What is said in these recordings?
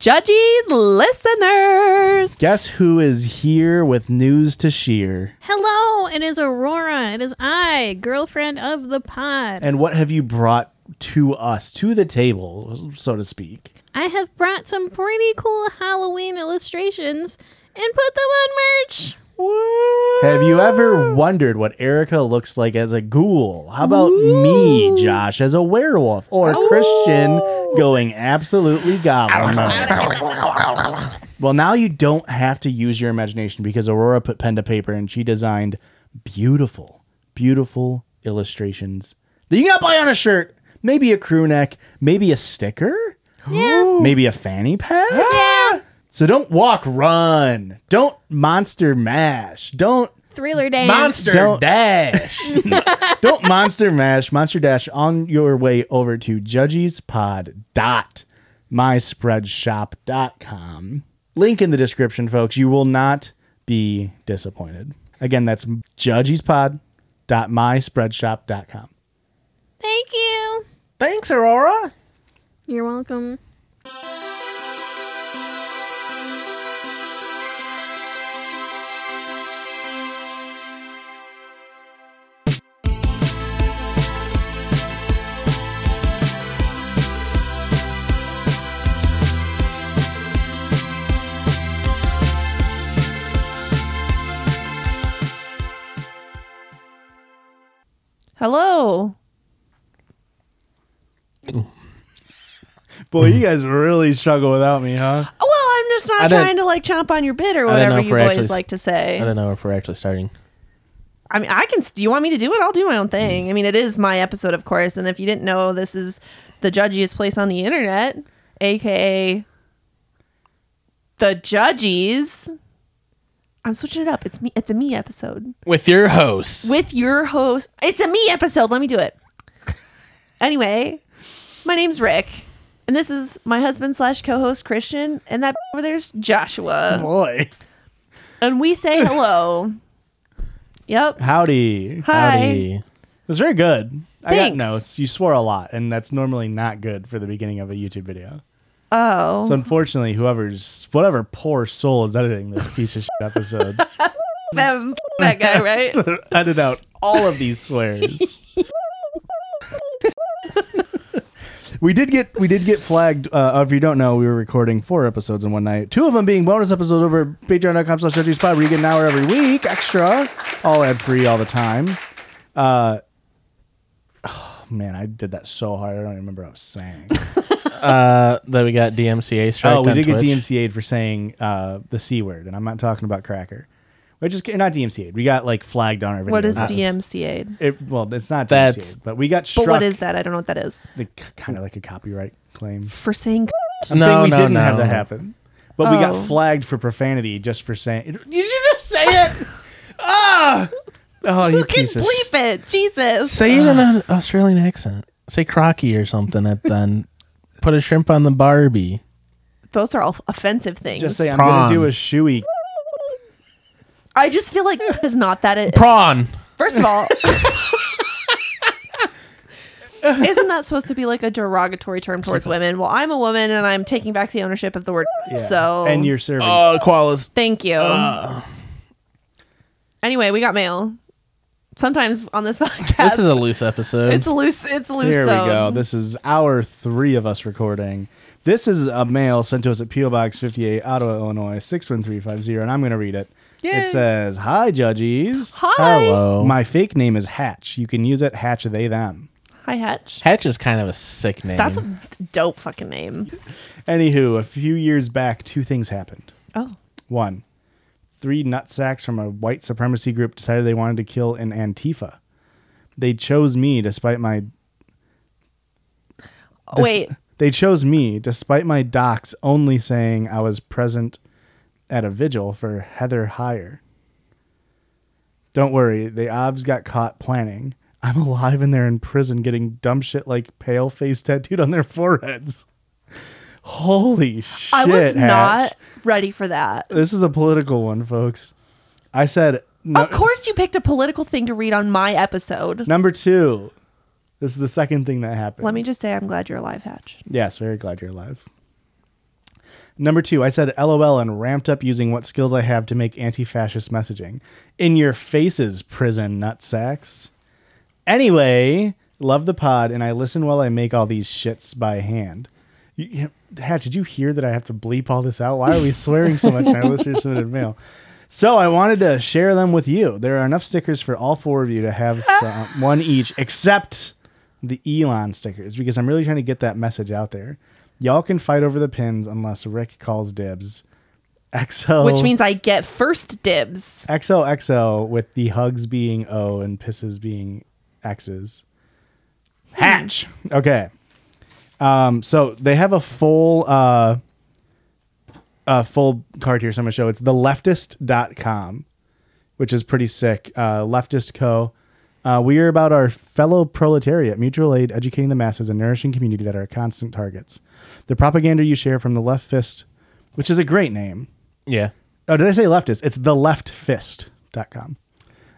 judges, listeners. Guess who is here with news to share? Hello, it is Aurora. It is I, girlfriend of the pod. And what have you brought to us, to the table, so to speak? I have brought some pretty cool Halloween illustrations and put them on merch. Have you ever wondered what Erica looks like as a ghoul? How about me, Josh, as a werewolf? Or Christian going absolutely goblin? mode? well, now you don't have to use your imagination because Aurora put pen to paper and she designed beautiful, beautiful illustrations that you can buy on a shirt, maybe a crew neck, maybe a sticker, maybe a fanny pack. So don't walk, run. Don't monster mash. Don't Thriller dance. Monster Don't- Dash. don't monster mash, monster dash on your way over to judgiespod.myspreadshop.com. Link in the description, folks. You will not be disappointed. Again, that's judgiespod.myspreadshop.com. Thank you. Thanks, Aurora. You're welcome. Hello. Boy, you guys really struggle without me, huh? Well, I'm just not I didn't- trying to like chomp on your bit or I didn't know whatever if you we're boys actually s- like to say. I don't know if we're actually starting. I mean, I can. Do you want me to do it? I'll do my Mm. own thing. I mean, it is my episode, of course. And if you didn't know, this is the judgiest place on the internet, aka the judges. I'm switching it up. It's me. It's a me episode With your host. with your host. It's a me episode. Let me do it. Anyway, my name's Rick, and this is my husband slash co-host Christian, and that over there's Joshua, Boy. and we say hello. Yep. Howdy. Hi. Howdy. That's very good. I got Thanks. notes. You swore a lot, and that's normally not good for the beginning of a YouTube video. Oh. So unfortunately, whoever's whatever poor soul is editing this piece of shit episode Um, that guy, right? edited out all of these swears. we did get we did get flagged. Uh, if you don't know, we were recording four episodes in one night. Two of them being bonus episodes over at patreon.com/slash judgespot, where you get an hour every week extra, all ad free all the time. Uh, oh, man, I did that so hard. I don't even remember what I was saying. Uh, then we got DMCA strike. Oh, we on Oh, did Twitch. get DMCA'd for saying uh, the C word, and I'm not talking about cracker. We're just not DMCA'd. We got like flagged on our video. What is That was- DMCA? It, well, it's not That's- DMCA'd, but we got But struck. what is that? I don't know what that is. The, kind of like a copyright claim. For saying I'm No, saying we no, didn't have no. that happen, but we Oh. got flagged for profanity just for saying. Did you just say it? ah! Oh, you can piece of sh- bleep it. Jesus. Say it in an Australian accent. Say crocky or something, and then put a shrimp on the Barbie. Those are all offensive things. Just say I'm Prawn. gonna do a shoey. I just feel like is not that it. Prawn. First of all, isn't that supposed to be like a derogatory term towards women? Well, I'm a woman and I'm taking back the ownership of the word. So and you're serving. Uh, koalas. Thank you. anyway, we got mail. Sometimes on this podcast, This is a loose episode. it's loose. It's loose. Here we zone. go. This is hour three of us recording. This is a mail sent to us at P.O. Box 58, Ottawa, Illinois, 61350, and I'm going to read it. It says, Hi, judges. Hi. Hello. My fake name is Hatch. You can use it Hatch they them. Hi, Hatch. Hatch is kind of a sick name. That's a dope fucking name. Anywho, a few years back, two things happened. Oh. One, three nutsacks from a white supremacy group decided they wanted to kill an Antifa. They chose me despite my Des- Wait. They chose me despite my docs only saying I was present at a vigil for Heather Heyer. Don't worry, the OBS got caught planning. I'm alive and they're in prison getting dumb shit like pale face tattooed on their foreheads. Holy shit. I was Hatch. not ready for that. This is a political one, folks. I said no, Of course, you picked a political thing to read on my episode. number two. This is the second thing that happened. Let me just say, I'm glad you're alive, Hatch. Yes, very glad you're alive. Number two, I said LOL and ramped up using what skills I have to make anti fascist messaging. In your faces, prison nutsacks. Anyway, love the pod, and I listen while I make all these shits by hand. You, you, Hat, did you hear that I have to bleep all this out? Why are we swearing so much in our listener submitted mail? So I wanted to share them with you. There are enough stickers for all four of you to have some, one each, except the Elon stickers, because I'm really trying to get that message out there. Y'all can fight over the pins unless Rick calls dibs. XO, Which means I get first dibs. XOXO with the hugs being O and pisses being X's. Hatch. Okay. Um, so they have a full uh a full card here, so I'm gonna show it's the leftist.com, which is pretty sick. Uh leftist co. Uh, we are about our fellow proletariat, mutual aid, educating the masses, and nourishing community that are constant targets. The propaganda you share from the left fist, which is a great name, Yeah. Oh, did I say leftist? It's the leftfist.com.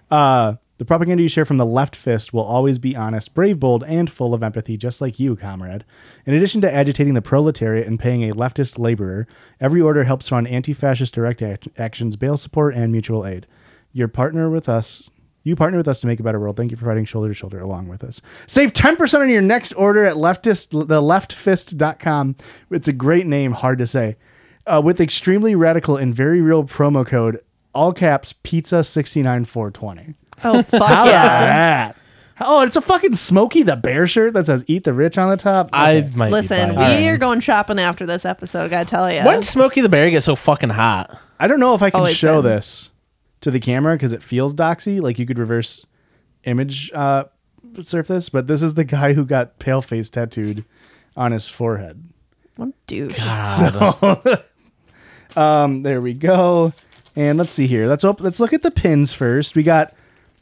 Uh, the propaganda you share from the left fist will always be honest, brave, bold, and full of empathy, just like you, comrade. In addition to agitating the proletariat and paying a leftist laborer, every order helps fund anti fascist direct act- actions, bail support, and mutual aid. Your partner with us. You partner with us to make a better world. Thank you for fighting shoulder to shoulder along with us. Save 10% on your next order at leftist, theleftfist.com. It's a great name, hard to say uh, with extremely radical and very real promo code, all caps pizza sixty nine four twenty. Oh fuck yeah! Ah. that? Oh, it's a fucking Smokey the Bear shirt that says "Eat the Rich" on the top. I Okay. might be Listen, we uh, buying it. are going shopping after this episode. I gotta tell you. When did Smokey the Bear get so fucking hot? I don't know if I can Always show been. this to the camera because it feels doxy. Like you could reverse image uh, surf this, but this is the guy who got pale face tattooed on his forehead. What dude? Um, there we go. And let's see here. Let's op- let's look at the pins first. We got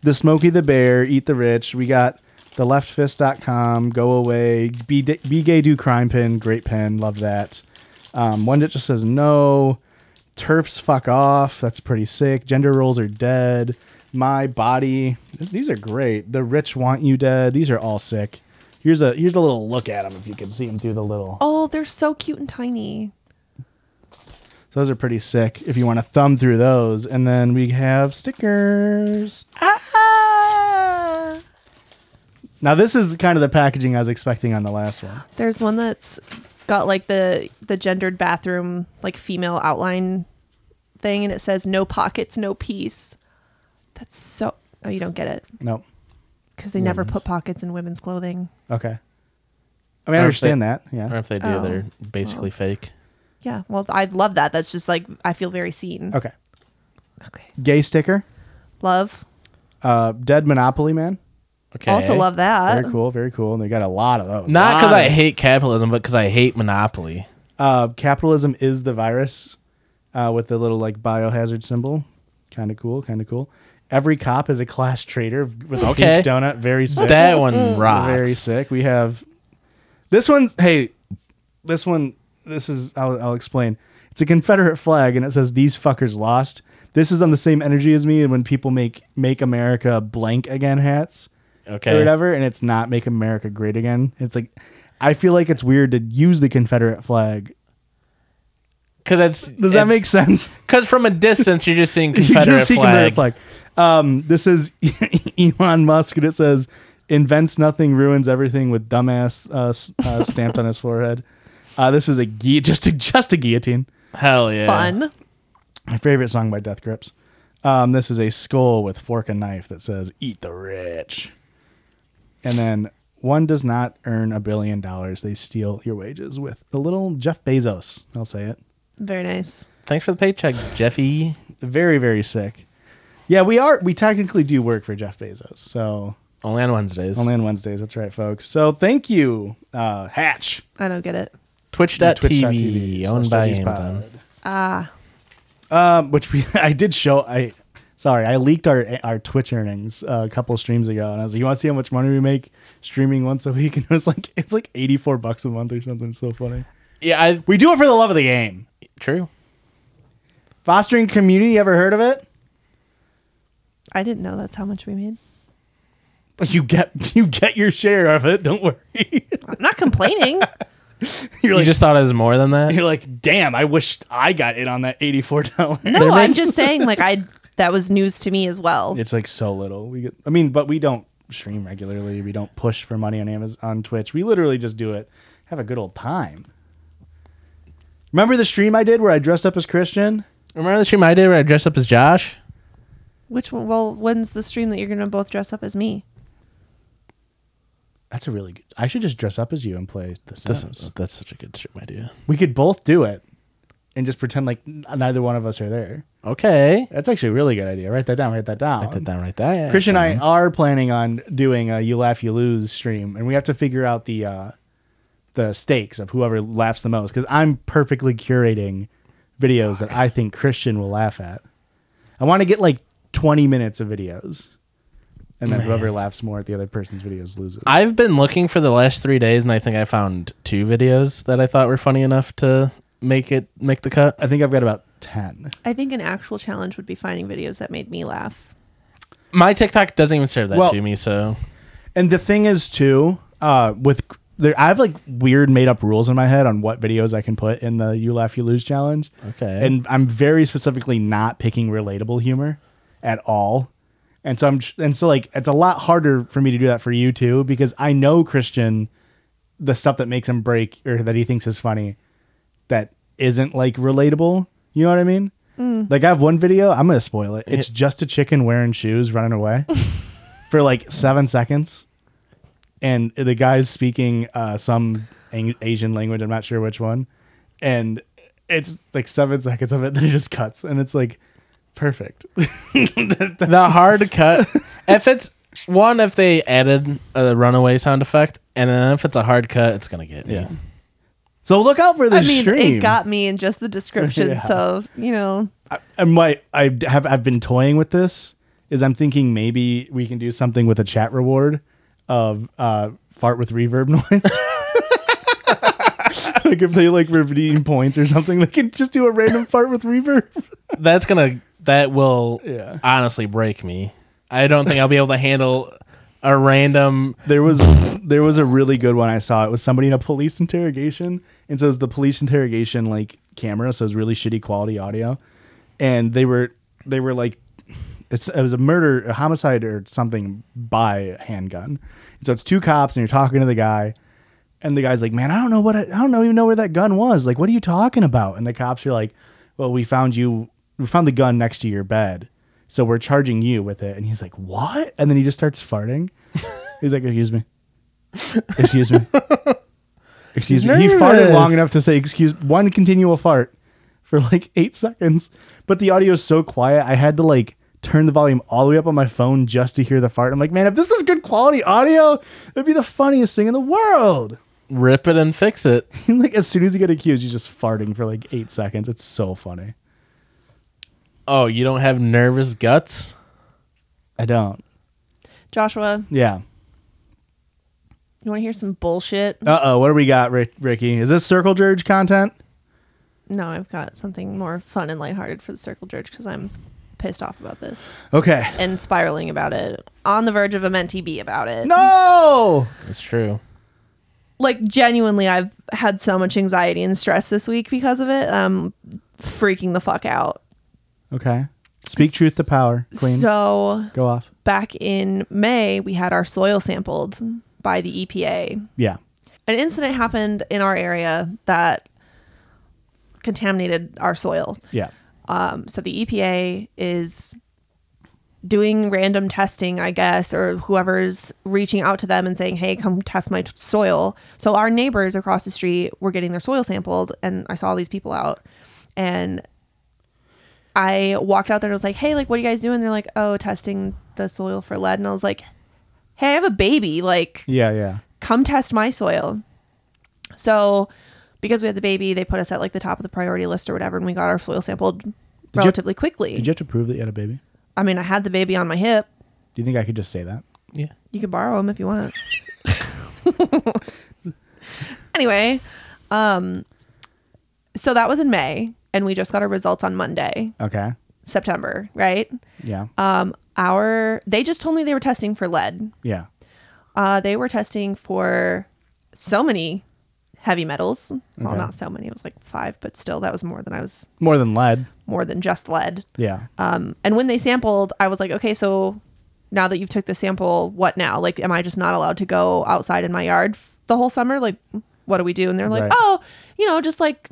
the Smokey the Bear, Eat the Rich. We got the leftfist.com, go away, be, D- be gay, do crime pin, great pin, love that. Um, one that just says no, turfs fuck off, that's pretty sick. Gender roles are dead, my body, this, these are great. The rich want you dead, these are all sick. Here's a here's a little look at them if you can see them through the little. Oh, they're so cute and tiny. So those are pretty sick if you want to thumb through those. And then we have stickers. Ah! Now this is kind of the packaging I was expecting on the last one. There's one that's got like the the gendered bathroom like female outline thing, and it says no pockets, no peace. That's so. Oh, you don't get it Nope. because they never put pockets in women's clothing. Okay. I mean, I understand that. Or Yeah. if they do, Oh. they're basically fake. Yeah, well, I love that. That's just like I feel very seen. Okay. Okay. Gay sticker. Love. Uh, dead Monopoly man. Okay. Also love that. Very cool. Very cool. And they got a lot of those. Uh. Not because Lot I of- hate capitalism, but because I hate monopoly. Uh, capitalism is the virus. Uh, with the little like biohazard symbol. Kind of cool. Kind of cool. Every cop is a class traitor with a Okay. pink donut. Very sick. That one rocks. Very sick. We have this one's Hey, this one. This is. I'll, I'll explain. It's a Confederate flag, and it says "These fuckers lost." This is on the same energy as me, and when people make "Make America Blank Again" hats or Okay. whatever, and it's not "Make America Great Again." It's like I feel like it's weird to use the Confederate flag. Because that's Does that make sense? Because from a distance, you're just seeing You just Confederate, see flag. Confederate flag. Um, this is Elon Musk, and it says, "Invents nothing, ruins everything," with dumbass uh, s- uh, stamped on his forehead. Uh, this is a gui- just a just a guillotine. Hell yeah. Fun. My favorite song by Death Grips. Um, this is a skull with fork and knife that says, "Eat the rich." And then one does not earn a billion dollars; they steal your wages with a little Jeff Bezos. I'll say it. Very nice. Thanks for the paycheck, Jeffy. Very very sick. Yeah, we are. We technically do work for Jeff Bezos, so Only on Wednesdays. Only on Wednesdays. That's right, folks. So thank you, uh, Hatch. I don't get it. Twitch.tv, Twitch.tv owned slash by JD's pod. Amazon. Ah. Um, which we I did show. I sorry, I leaked our our Twitch earnings uh, a couple streams ago, and I was like, "You want to see how much money we make streaming once a week?" And it was like, it's like eighty four bucks a month or something. It's so funny. Yeah, I, We do it for the love of the game. true. Fostering community. Ever heard of it? I didn't know that's how much we made. You get you get your share of it. Don't worry. I'm not complaining. You You're like, just thought it was more than that? you're like, damn, I wished I got in on that $84. No, I'm just saying like I that was news to me as well. It's like so little. We get, I mean, but we don't stream regularly. We don't push for money on Amazon on Twitch. We literally just do it. Have a good old time. Remember the stream I did where I dressed up as Christian? Remember the stream I did where I dressed up as Josh? Which one? Well, when's the stream that you're gonna both dress up as me? That's a really good. I should just dress up as you and play The Sims. That's, that's such a good stream idea. We could both do it and just pretend like n- neither one of us are there. Okay. That's actually a really good idea. Write that down. Write that down. Write that down right there. Christian and I are planning on doing a "You Laugh, You Lose" stream, and we have to figure out the uh, the stakes of whoever laughs the most. Because I'm perfectly curating videos that I think Christian will laugh at. I want to get like 20 minutes of videos, and then whoever laughs more at the other person's videos loses. I've been looking for the last three days, and I think I found two videos that I thought were funny enough to make it make the cut. I think I've got about 10. I think an actual challenge would be finding videos that made me laugh. My TikTok doesn't even serve that Well- to me, so And the thing is too, uh, with there, I have like weird made up rules in my head on what videos I can put in the "You Laugh, You Lose" challenge. Okay. And I'm very specifically not picking relatable humor at all. And so I'm, tr- and so like it's a lot harder for me to do that for you too because I know Christian, the stuff that makes him break or that he thinks is funny, that isn't like relatable. You know what I mean? Like I have one video. I'm gonna spoil it. It's just a chicken wearing shoes running away for like seven seconds, and the guy's speaking uh, some ang- Asian language. I'm not sure which one, and it's like seven seconds of it. Then it just cuts, and it's like perfect. the hard cut. If it's one, if they added a runaway sound effect, and then if it's a hard cut, it's gonna get yeah. so look out for this I mean, stream. it got me in just the description, Yeah. so you know. I, I might. I have. I've been toying with this. Is I'm thinking maybe we can do something with a chat reward of uh, fart with reverb noise. like if they like redeem points or something, they can just do a random fart with reverb. That's gonna that will Yeah. honestly break me. I don't think I'll be able to handle a random. There was there was a really good one I saw. It was somebody in a police interrogation, and so it's the police interrogation like camera, so it's really shitty quality audio, and they were they were like, it's, it was a murder, a homicide, or something by handgun, and so it's two cops, and you're talking to the guy, and the guy's like, man, I don't know what I, I don't know even know where that gun was. Like, what are you talking about? And the cops are like, well, we found you, we found the gun next to your bed, so we're charging you with it. And he's like, what? And then he just starts farting. He's like, excuse me, excuse me, excuse me. He farted nervous. long enough to say excuse one continual fart for like eight seconds, but the audio is so quiet, I had to like. Turn the volume all the way up on my phone just to hear the fart. I'm like, man, if this was good quality audio, it'd be the funniest thing in the world. Rip it and fix it. like as soon as you get accused, you're just farting for like eight seconds. It's so funny. Oh, you don't have nervous guts? I don't. Joshua, Yeah. you want to hear some bullshit? Uh oh. What do we got, Rick- Ricky? Is this circle jerge content? No, I've got something more fun and lighthearted for the Circle Church because I'm pissed off about this Okay. and spiraling about it. On the verge of a mentee about it. No. That's true. like genuinely I've had so much anxiety and stress this week because of it. Um freaking the fuck out. Okay. Speak truth to power, Queen. So Go off. back in May we had our soil sampled by the EPA. Yeah. An incident happened in our area that contaminated our soil. Yeah. Um, so the EPA is doing random testing, I guess, or whoever's reaching out to them and saying, "Hey, come test my t- soil." So our neighbors across the street were getting their soil sampled, and I saw all these people out, and I walked out there and was like, "Hey, like, what are you guys doing?" They're like, "Oh, testing the soil for lead," and I was like, "Hey, I have a baby, like." Yeah. Yeah. come test my soil. So, because we had the baby, they put us at like the top of the priority list or whatever, and we got our soil sampled relatively quickly. Did you have to prove that you had a baby? Do I mean, I had the baby on my hip. you think I could just say that? Yeah. You could borrow them if you want. anyway, um, so that was in May, and we just got our results on Monday, Okay. September, right? Yeah. Um, our they just told me they were testing for lead. yeah. Uh, they were testing for so many heavy metals. Well, not so many. It was like five, but still, that was more than I was More than lead. more than just lead. Yeah. Um, and when they sampled, I was like, okay, so now that you've took the sample, what now? Like, am I just not allowed to go outside in my yard f- the whole summer? Like, what do we do? And they're like, Right. oh, you know, just like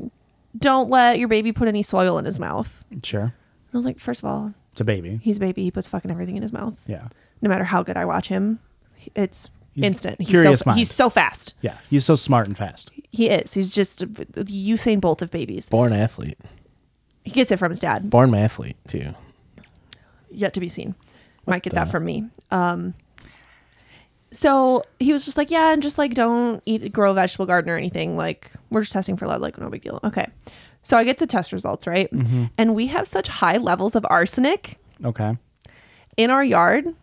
don't let your baby put any soil in his mouth. And Sure. I was like, first of all, It's a baby. he's a baby. He puts fucking everything in his mouth. Yeah. No matter how good I watch him, he- it's He's instant. He's curious so, mind. he's so fast. Yeah. He's so smart and fast. He is. He's just the Usain Bolt of babies. Born athlete. He gets it from his dad. Born athlete too. yet to be seen. Might get that from me. Um, so he was just like, yeah, and just like don't eat, grow a vegetable garden or anything. Like we're just testing for lead. Like no big deal. Okay. So I get the test results right, Mm-hmm. and we have such high levels of arsenic Okay. in our yard.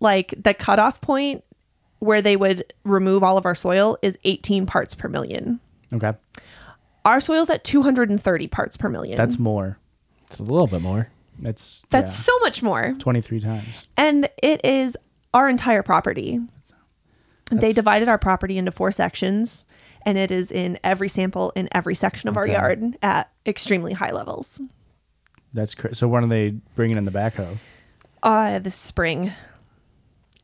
Like the cutoff point where they would remove all of our soil is 18 parts per million. Okay. Our soil's at 230 parts per million. That's more. It's a little bit more. That's that's yeah, so much more. 23 times. and it is our entire property. They divided our property into four sections, and it is in every sample in every section of our yard at extremely high levels. That's cra So when are they bringing in the backhoe? Uh, this spring.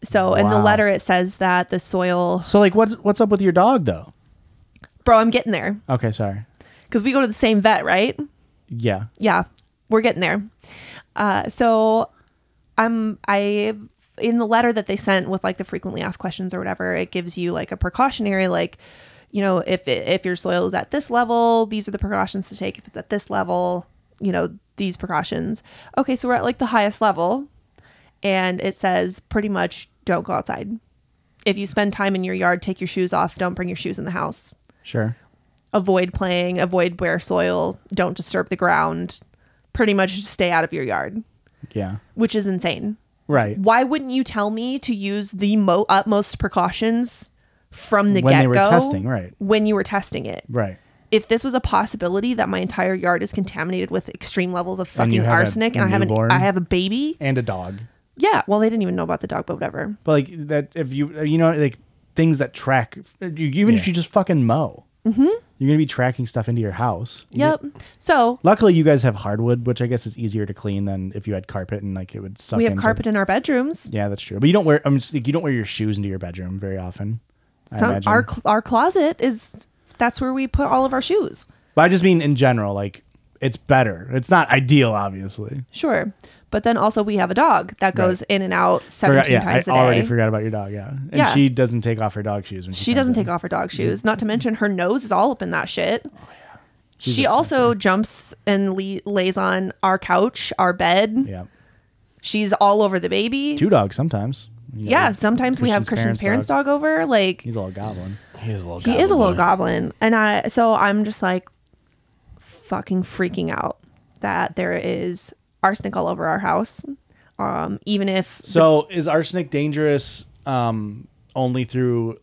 So in the Wow. letter, it says that the soil. So like, what's what's up with your dog though? Bro, I'm getting there Okay, sorry. because we go to the same vet, right? Yeah. yeah, we're getting there. Uh, so I'm I in the letter that they sent with like the frequently asked questions or whatever, it gives you like a precautionary like you know if it, if your soil is at this level, these are the precautions to take. If it's at this level, you know these precautions. Okay, so we're at like the highest level, and it says pretty much don't go outside. If you spend time in your yard, take your shoes off. Don't bring your shoes in the house Sure. avoid playing, avoid bare soil, don't disturb the ground, pretty much just stay out of your yard, Yeah. which is insane. Right. Why wouldn't you tell me to use the mo- utmost precautions from the When get they go? were testing, right. When you were testing it. Right. If this was a possibility that my entire yard is contaminated with extreme levels of And you fucking have a arsenic and I have, an, newborn? I have a baby. And a dog. Yeah, well, they didn't even know about the dog, but whatever. But like that, if you you know like things that track, you- even if Yeah. you just fucking mow, mm-hmm. you're gonna be tracking stuff into your house. Yep. So Luckily, you guys have hardwood, which I guess is easier to clean than if you had carpet and like it would suck. we have into- carpet in our bedrooms. Yeah, that's true. But you don't wear. I'm just, like, you don't wear your shoes into your bedroom very often. I Some, imagine. our, cl- our closet is that's where we put all of our shoes. But I just mean in general, like it's better. It's not ideal, obviously. Sure. But then also we have a dog that goes in and out 17 Forgot- yeah, times I a already day. forgot about your dog. Yeah, and Yeah. she doesn't take off her dog shoes when she, She comes doesn't in. take off her dog shoes, not to mention her nose is all up in that shit. a She sniper. also jumps and le- lays on our couch, our bed. Yeah, She's all over the baby. two dogs sometimes. You know, yeah, sometimes we have Christian's Christian's parents' parents' dog, over. Like He's all goblin. He is a little. he is a little goblin. goblin, and I so I'm just like fucking freaking out that there is arsenic all over our house. Um, even if So is arsenic dangerous um, only through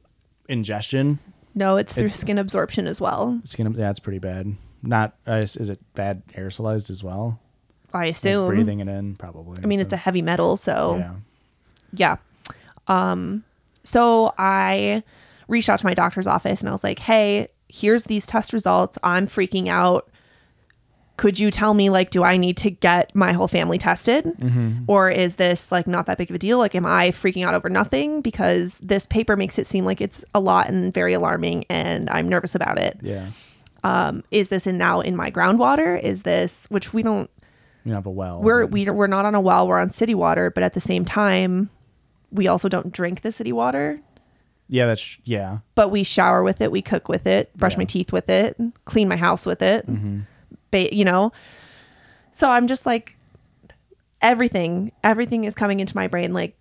ingestion? no, it's through skin absorption as well. It's gonna. That's pretty bad. Not uh, is is it bad aerosolized as well? I Like assume. breathing it in probably. I mean, it's a heavy metal, so yeah. yeah. Um, so I reached out to my doctor's office and I was like, "Hey, here's these test results. I'm freaking out. Could you tell me like, do I need to get my whole family tested, Mm-hmm. or is this like not that big of a deal? Like, am I freaking out over nothing because this paper makes it seem like it's a lot and very alarming, and I'm nervous about it. Is Yeah. this in now in my groundwater? Is this which we don't You don't have a well. we're we, we're not on a well we're on city water but at the same time we also don't drink the city water yeah. That's yeah. but we shower with it we cook with it brush my teeth with it clean my house with it Mm-hmm. ba- you know so i'm just like everything everything is coming into my brain like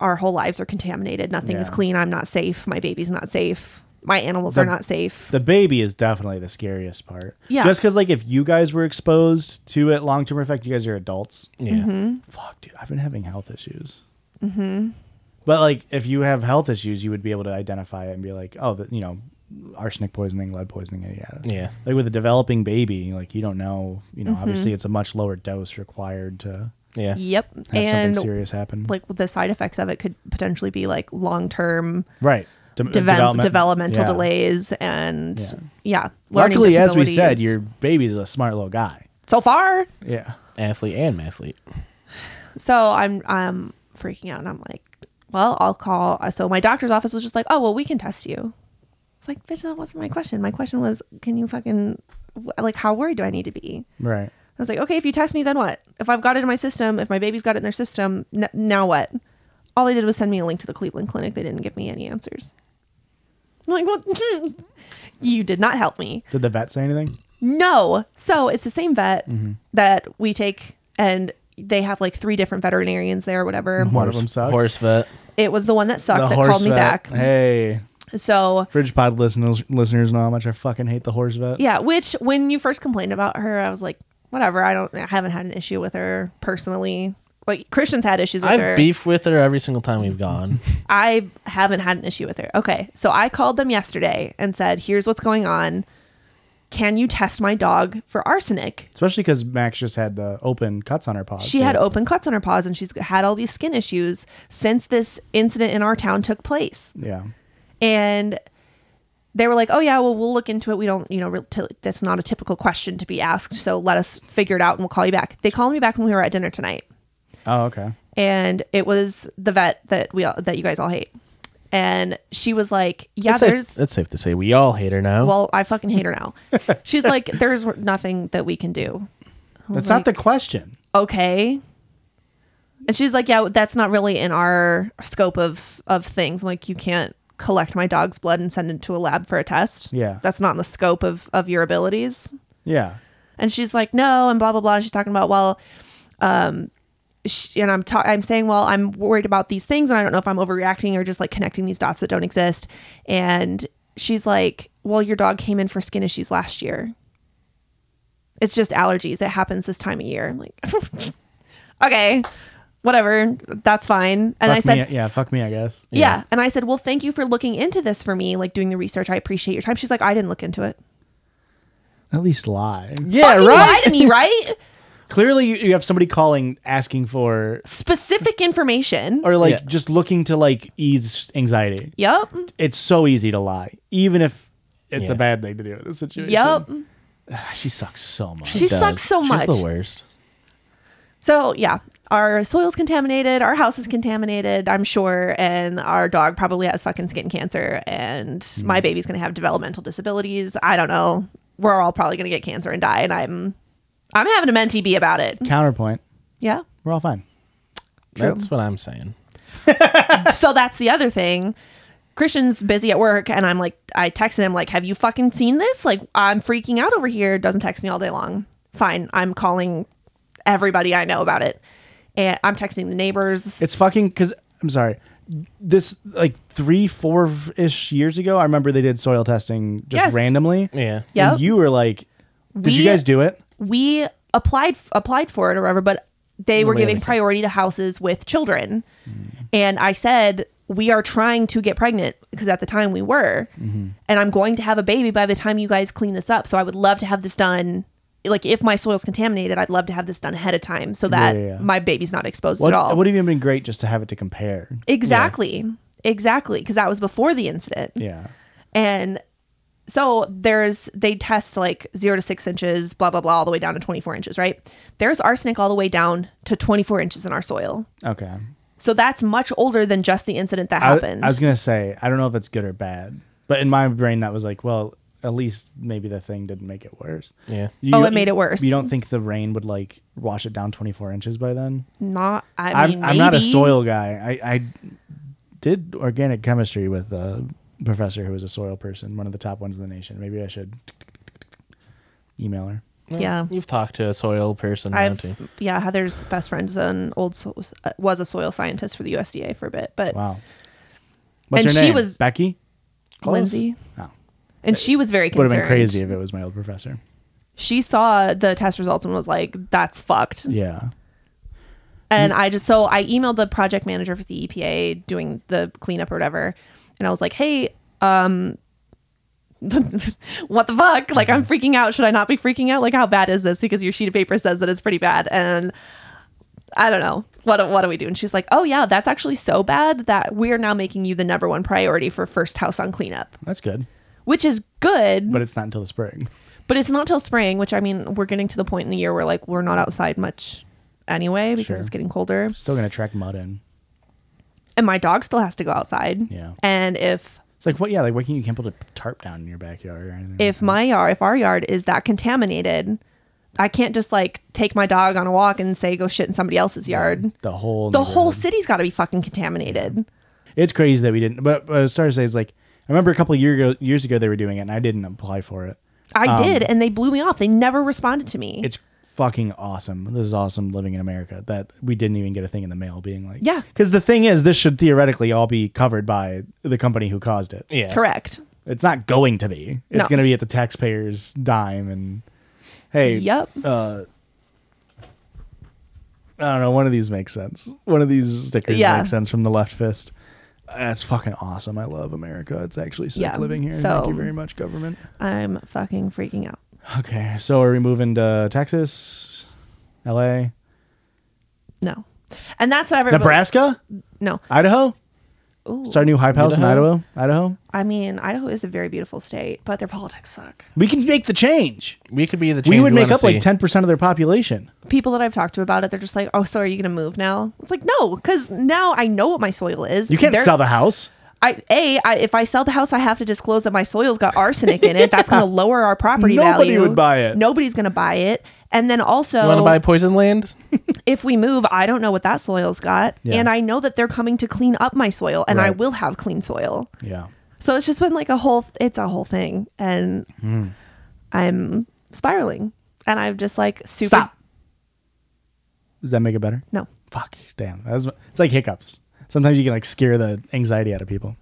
our whole lives are contaminated nothing is Yeah. clean i'm not safe my baby's not safe my animals are not safe The baby is definitely the scariest part. Yeah. Just because, like, if you guys were exposed to it long term effect, you guys are adults. Yeah. Mm-hmm. Fuck, dude, I've been having health issues. Mm-hmm. But like, if you have health issues, you would be able to identify it and be like, oh, the, you know, arsenic poisoning, lead poisoning, yada. yada. Yeah. Like with a developing baby, like you don't know. You Mm-hmm. know, obviously, it's a much lower dose required to Yeah. yep have something and serious happen. like the side effects of it could potentially be like long-term right. De- develop- developmental yeah. delays and yeah, learning Luckily, as we disabilities. said, your baby's a smart little guy. so far. Yeah. athlete and mathlete. So I'm I'm freaking out and I'm like, well, I'll call. So my doctor's office was just like, oh well, we can test you. It's like, bitch, that wasn't my question. My question was, can you fucking like how worried do I need to be? Right. I was like, okay, if you test me, then what? If I've got it in my system, if my baby's got it in their system, n- now what? All they did was send me a link to the Cleveland Clinic. They didn't give me any answers. I'm like, well, you did not help me. Did the vet say anything? No. So it's the same vet Mm-hmm. that we take, and they have like three different veterinarians there or whatever. One of them sucks. Horse vet. It was the one that sucked that horse called me vet. back. Hey, So Fridge Pod listeners, listeners know how much I fucking hate the horse vet. yeah, which when you first complained about her, I was like, whatever. I don't. I haven't had an issue with her personally. Like Christian's had issues with her. I've beefed with her every single time we've gone. I haven't had an issue with her. Okay. So I called them yesterday and said, here's what's going on. Can you test my dog for arsenic? Especially because Max just had the open cuts on her paws. She had open cuts on her paws and she's had all these skin issues since this incident in our town took place. Yeah. And they were like, oh, yeah, well, we'll look into it. We don't, you know, re- t- that's not a typical question to be asked. So let us figure it out and we'll call you back. They called me back when we were at dinner tonight. Oh, okay. And it was the vet that we all, that you guys all hate. And she was like, yeah, It's safe- there's. it's safe to say we all hate her now. well, I fucking hate her now. She's like, there's nothing that we can do. Oh That's not the question. Okay. And she's like, yeah, that's not really in our scope of of things. I'm like, you can't collect my dog's blood and send it to a lab for a test. Yeah. That's not in the scope of of your abilities. Yeah. And she's like, no, and blah blah blah. She's talking about well, um, sh and I'm ta- I'm saying, well, I'm worried about these things, and I don't know if I'm overreacting or just like connecting these dots that don't exist. And she's like, well, your dog came in for skin issues last year. It's just allergies. It happens this time of year. I'm like, okay, whatever, that's fine. And fuck I said, me, yeah, fuck me, I guess. yeah. And I said, Well, thank you for looking into this for me, like doing the research. I appreciate your time. She's like, I didn't look into it. At least lie. yeah, Fucking lie to me, right? Clearly, you, you have somebody calling asking for, Specific information. or like Yeah. just looking to like ease anxiety. yep. It's so easy to lie, even if it's a Yeah. bad thing to do in this situation. Yep. She sucks so much. She sucks so much. She's the worst. So, yeah, our soil's contaminated, our house is contaminated, I'm sure, and our dog probably has fucking skin cancer, and my baby's gonna have developmental disabilities. I don't know. We're all probably gonna get cancer and die, and I'm I'm having a mentee be about it. Counterpoint. Yeah. We're all fine. That's what I'm saying. so that's the other thing. Christian's busy at work, and I'm like, I texted him like, "Have you fucking seen this? Like, I'm freaking out over here." Doesn't text me all day long. Fine, I'm calling everybody I know about it, and I'm texting the neighbors. It's fucking because I'm sorry. This like three, four ish years ago, I remember they did soil testing just Yes. randomly. Yeah. Yep. And you were like, "Did you We- guys do it?" we applied applied for it or whatever, but they were Nobody giving ever came. priority to houses with children, and I said we are trying to get pregnant because at the time we were, Mm-hmm. and I'm going to have a baby by the time you guys clean this up. So I would love to have this done. Like if my soil's contaminated, I'd love to have this done ahead of time so that Yeah, yeah, yeah. my baby's not exposed What at all. would have even been great just to have it to compare. exactly, exactly, because that was before the incident. Yeah. And so there's they test like zero to six inches, blah blah blah, all the way down to 24 inches, right? There's arsenic all the way down to 24 inches in our soil. Okay. So that's much older than just the incident that I, happened. I was gonna say I don't know if it's good or bad, but in my brain that was like, well, at least maybe the thing didn't make it worse. Yeah. You- Oh, it made it worse. You don't think the rain would like wash it down 24 inches by then? not. I I'm, mean, I'm not a maybe. soil guy. I, I did organic chemistry with a professor who was a soil person, one of the top ones in the nation. Maybe I should email her. Yeah. You've talked to a soil person, haven't you? I've, yeah, Heather's best friend's an old so- uh, was a soil scientist for the USDA for a bit, but Wow. What's And her she name? was- Becky. Lindsay, Oh, and she was very would concerned. have been crazy if it was my old professor. She saw the test results and was like, "That's fucked." Yeah. And Mm. I just so I emailed the project manager for the EPA doing the cleanup or whatever, and I was like, "Hey, um, what the fuck? Like, Mm-hmm. I'm freaking out. Should I not be freaking out? Like, how bad is this? Because your sheet of paper says that it's pretty bad." And I don't know. What what do we do? And she's like, "Oh yeah, that's actually so bad that we're now making you the number one priority for first house on cleanup, That's good. which is good, But it's not until the spring. but it's not till spring. Which I mean, we're getting to the point in the year where like we're not outside much anyway because Sure. it's getting colder. Still gonna track mud in. and my dog still has to go outside. Yeah. And if It's like what? Yeah, like why can't you can't put a tarp down in your backyard or anything? if my yard, if our yard is that contaminated, I can't just like take my dog on a walk and say go shit in somebody else's yard. the whole The whole neighborhood. city's got to be fucking contaminated. It's crazy that we didn't. But but I was sorry to say, it's like I remember a couple of year ago, years ago they were doing it, and I didn't apply for it. I did, and they blew me off. They never responded to me. Um, It's fucking awesome. This is awesome living in America that we didn't even get a thing in the mail being like Yeah. Because the thing is, this should theoretically all be covered by the company who caused it. Yeah. Correct. It's not going to be. It's No. going to be at the taxpayer's dime. And hey, Yep. Uh, I don't know. One of these makes sense. One of these stickers Yeah. makes sense from the left fist. That's fucking awesome. I love America. It's actually sick Yeah, living here. so- Thank you very much, government. I'm fucking freaking out. Okay, so are we moving to Texas, L.A., No. And that's what everybody. Nebraska, No. Idaho? Ooh. Start a new hype house in Idaho? Idaho. Idaho. I mean, Idaho is a very beautiful state, but their politics suck. We can make the change. We could be the. we change would make wanna up like see. ten percent of their population. people that I've talked to about it, they're just like, "Oh, so are you going to move now?" It's like, no, because now I know what my soil is. You can't They're- sell the house. I a I, if I sell the house, I have to disclose that my soil's got arsenic in it. That's going to lower our property Nobody value. would buy it. Nobody's going to buy it. And then also, You want to buy poison land? if we move, I don't know what that soil's got, Yeah. and I know that they're coming to clean up my soil, and I Right. will have clean soil. Yeah. So it's just been like a whole. It's a whole thing, and Hmm. I'm spiraling, and I'm just like super. Stop. Does that make it better? No. Fuck. Damn. That's, it's like hiccups. Sometimes you can like scare the anxiety out of people.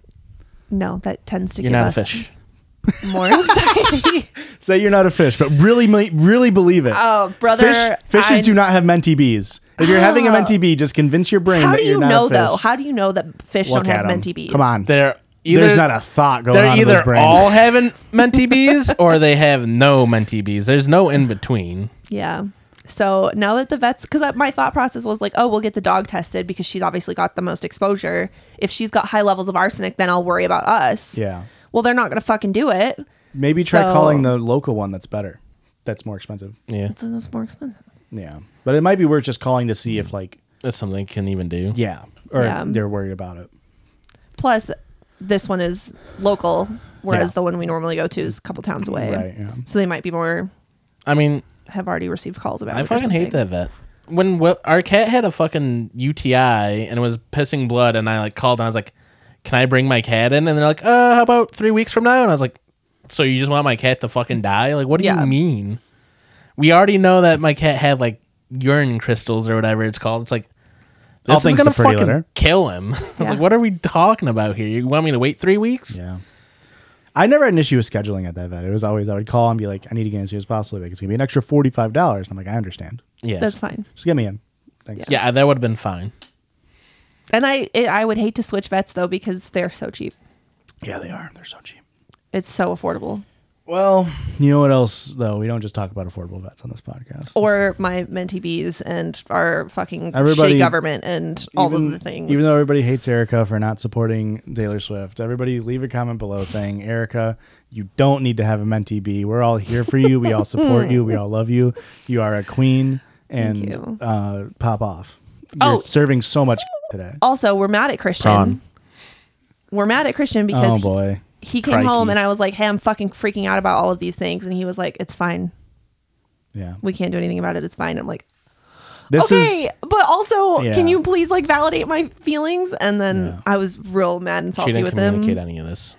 No, that tends to You're give not a us fish. more anxiety. Say you're not a fish, but really, mi- really believe it. Oh, brother, Fish, fishes I- Oh. do not have MentiBs. If you're having a MentiB, just convince your brain How that do you're you not know a fish. though? How do you know that fish Look don't have at 'em. mentee bees? Come on. They're either There's not a thought going they're on in either those brains. all having mentee bees or they have no mentee bees. There's no in between. Yeah. So now that the vets, because my thought process was like, oh, we'll get the dog tested because she's obviously got the most exposure. If she's got high levels of arsenic, then I'll worry about us. yeah. Well, they're not going to fucking do it. Maybe try So- calling the local one that's better. That's more expensive. Yeah, So that's more expensive. Yeah. But it might be worth just calling to see if like that's something you can even do. yeah, or Yeah. if they're worried about it. Plus, this one is local, whereas Yeah. the one we normally go to is a couple towns away. Right, yeah. So they might be more I mean, have already received calls about. it I or fucking hate something. that vet. When Will, our cat had a fucking UTI and was pissing blood, and I like called and I was like, "Can I bring my cat in?" And they're like, "Uh, how about three weeks from now?" And I was like, "So you just want my cat to fucking die? Like, what do Yeah. you mean?" We already know that my cat had like urine crystals or whatever it's called. It's like All this is things gonna to pretty fucking litter. kill him. Yeah. like, what are we talking about here? You want me to wait three weeks? Yeah. I never had an issue with scheduling at that vet. It was always I would call and be like, I need to get in as soon as possible. Like, it's gonna be an extra forty five dollars. And I'm like, I understand. Yes. That's fine. Just get me in. Thanks. Yeah, that would have been fine. And I it, I would hate to switch vets though because they're so cheap. Yeah, they are. They're so cheap. It's so affordable. Well, you know what else though? We don't just talk about affordable vets on this podcast. Or my mentee bees and our fucking Everybody- shitty government and all of the things. Even though everybody hates Erica for not supporting Taylor Swift, everybody leave a comment below saying, Erica, you don't need to have a mentee B. We're all here for you. We all support you. We all love you. You are a queen. And you. Uh, pop off. You're Oh. serving so much today. also we're mad at Christian. Prawn. We're mad at Christian because Oh boy. he, he came Crikey. home and I was like, "Hey, I'm fucking freaking out about all of these things," and he was like, "It's fine. Yeah. We can't do anything about it. It's fine." I'm like, This "Okay, is but also, Yeah. can you please like validate my feelings?" And then I was real mad and She salty didn't with communicate him. any of this.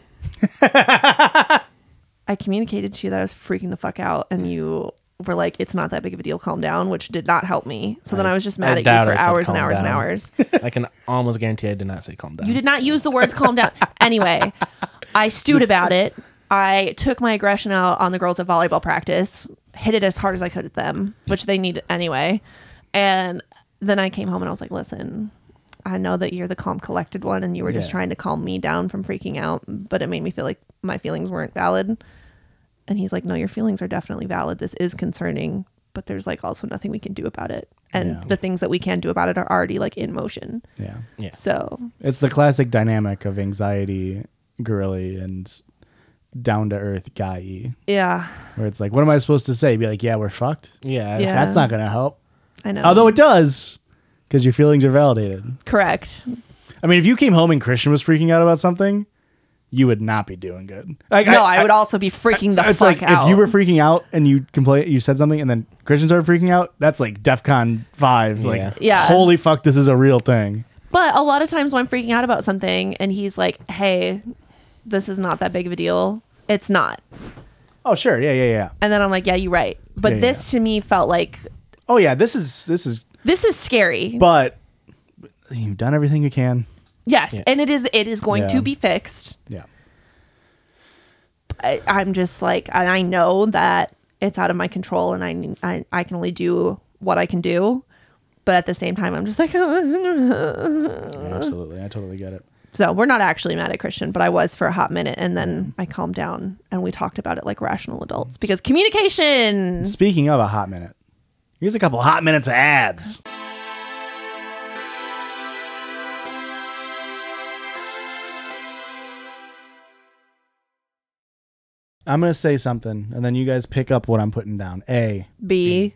I communicated to you that I was freaking the fuck out, and you were like, "It's not that big of a deal. Calm down," which did not help me. So then I was just mad I at doubt you for I said hours and calm hours and down. hours. I can almost guarantee I did not say calm down. You did not use the words calm down. Anyway, I stewed about it. I took my aggression out on the girls at volleyball practice, hit it as hard as I could at them, which they needed anyway. And then I came home and I was like, listen, I know that you're the calm, collected one, and you were just Yeah. trying to calm me down from freaking out, but it made me feel like my feelings weren't valid. And he's like, no, your feelings are definitely valid. This is concerning, but there's like also nothing we can do about it. and the things that we can do about it are already like in motion. Yeah. Yeah. So It's the classic dynamic of anxiety, girly, and down to earth guy, yeah, where it's like, what am I supposed to say? Be like, yeah, we're fucked. Yeah. Yeah. That's not going to help. I know. Although it does, because your feelings are validated. correct, I mean, if you came home and Christian was freaking out about something, you would not be doing good. Like, no, I, would also be freaking the it's fuck like out. if you were freaking out and you complain, you said something, and then Christians are freaking out. That's like DefCon five. Yeah. Like, Yeah. holy fuck, this is a real thing. But a lot of times when I'm freaking out about something and he's like, hey, this is not that big of a deal, it's not. Oh sure, yeah, yeah, yeah. And then I'm like, yeah, you're right. But Yeah, this to me felt like Oh yeah, this is this is. this is scary. But you've done everything you can. yes, and it is it is going Yeah. to be fixed. Yeah, I, I'm just like and I know that it's out of my control and I, I I can only do what I can do. But at the same time, I'm just like, absolutely. I totally get it. so we're not actually mad at Christian, but I was for a hot minute, and then I calmed down and we talked about it like rational adults because communication. Speaking of a hot minute, here's a couple hot minutes of ads. I'm gonna say something, and then you guys pick up what I'm putting down. A, B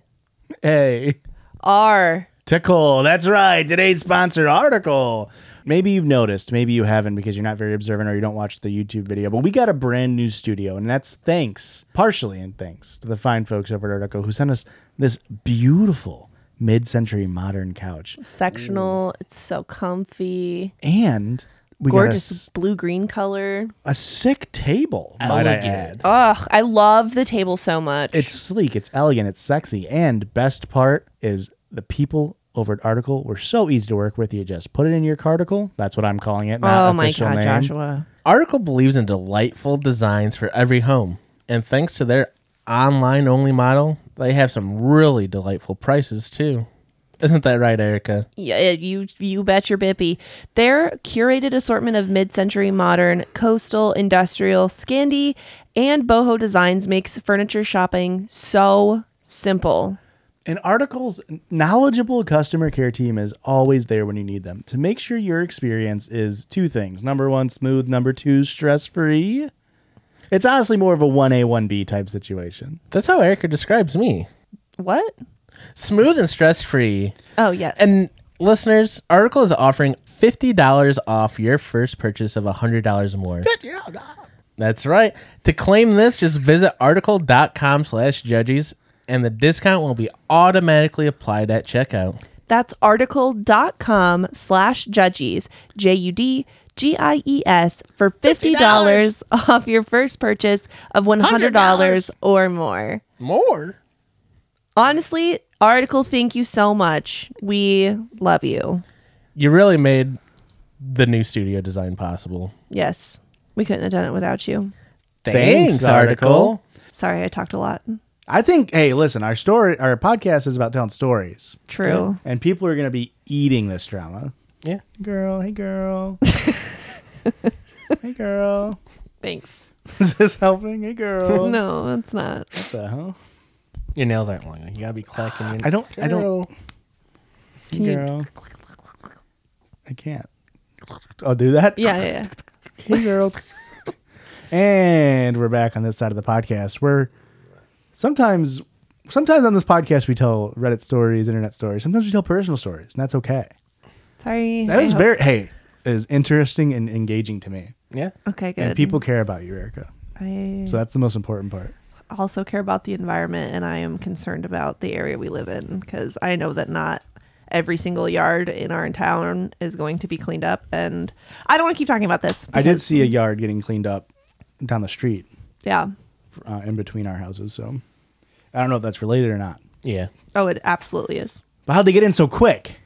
a R tickle. That's right. Today's sponsored article. Maybe you've noticed, maybe you haven't because you're not very observant or you don't watch the YouTube video, but we got a brand new studio, and that's thanks, partially in thanks to the fine folks over at Artico who sent us this beautiful mid century modern couch. sectional. Mm. It's so comfy, And we gorgeous got a s- blue green color. a, sick table, might I Elegant. add. Ugh, I love the table so much. It's sleek, it's elegant, it's sexy, and best part is the people over at Article were so easy to work with. You just put it in your carticle. That's what I'm calling it. Not oh my official god, name. Joshua. Article believes in delightful designs for every home, and thanks to their online only model, they have some really delightful prices too. Isn't that right, Erica? Yeah, you you bet your bippy. Their curated assortment of mid-century modern, coastal, industrial, Scandi, and boho designs makes furniture shopping so simple. An article's knowledgeable customer care team is always there when you need them to make sure your experience is two things. Number one, smooth. Number two, stress free. It's honestly more of a 1A, 1B type situation. That's how Erica describes me. What? Smooth and stress free. Oh yes. And listeners, Article is offering $50 off your first purchase of $100 or more. That's right. To claim this, just visit article.com slash judges and the discount will be automatically applied at checkout. That's article.com slash judgies, J U D G I E S, for $50, off your first purchase of $100, or more. More? Honestly, Article, thank you so much. We love you. You really made the new studio design possible. Yes, we couldn't have done it without you. Thanks, Article. Sorry, I talked a lot. I think, hey, listen, our story, our podcast is about telling stories, True. and people are going to be eating this drama. Yeah. Girl, hey, girl. hey, girl. Thanks. Is this helping? Hey, girl. No, that's not. What the hell? Your nails aren't long. enough. You gotta be clacking. Your I don't, I don't. Can you- girl. I can't. I'll do that. Yeah, yeah, yeah. Hey, girl. and we're back on this side of the podcast where sometimes, sometimes on this podcast, we tell Reddit stories, internet stories. Sometimes we tell personal stories, and that's okay. Sorry. That I was hope- very, hey, it is interesting and engaging to me. Yeah. Okay, good. And people care about you, Erica. I So that's the most important part. also care about the environment and I am concerned about the area we live in because I know that not every single yard in our town is going to be cleaned up. And I don't want to keep talking about this. I did because- see a yard getting cleaned up down the street Yeah. uh, in between our houses. So I don't know if that's related or not. Yeah. Oh, it absolutely is. But how'd they get in so quick?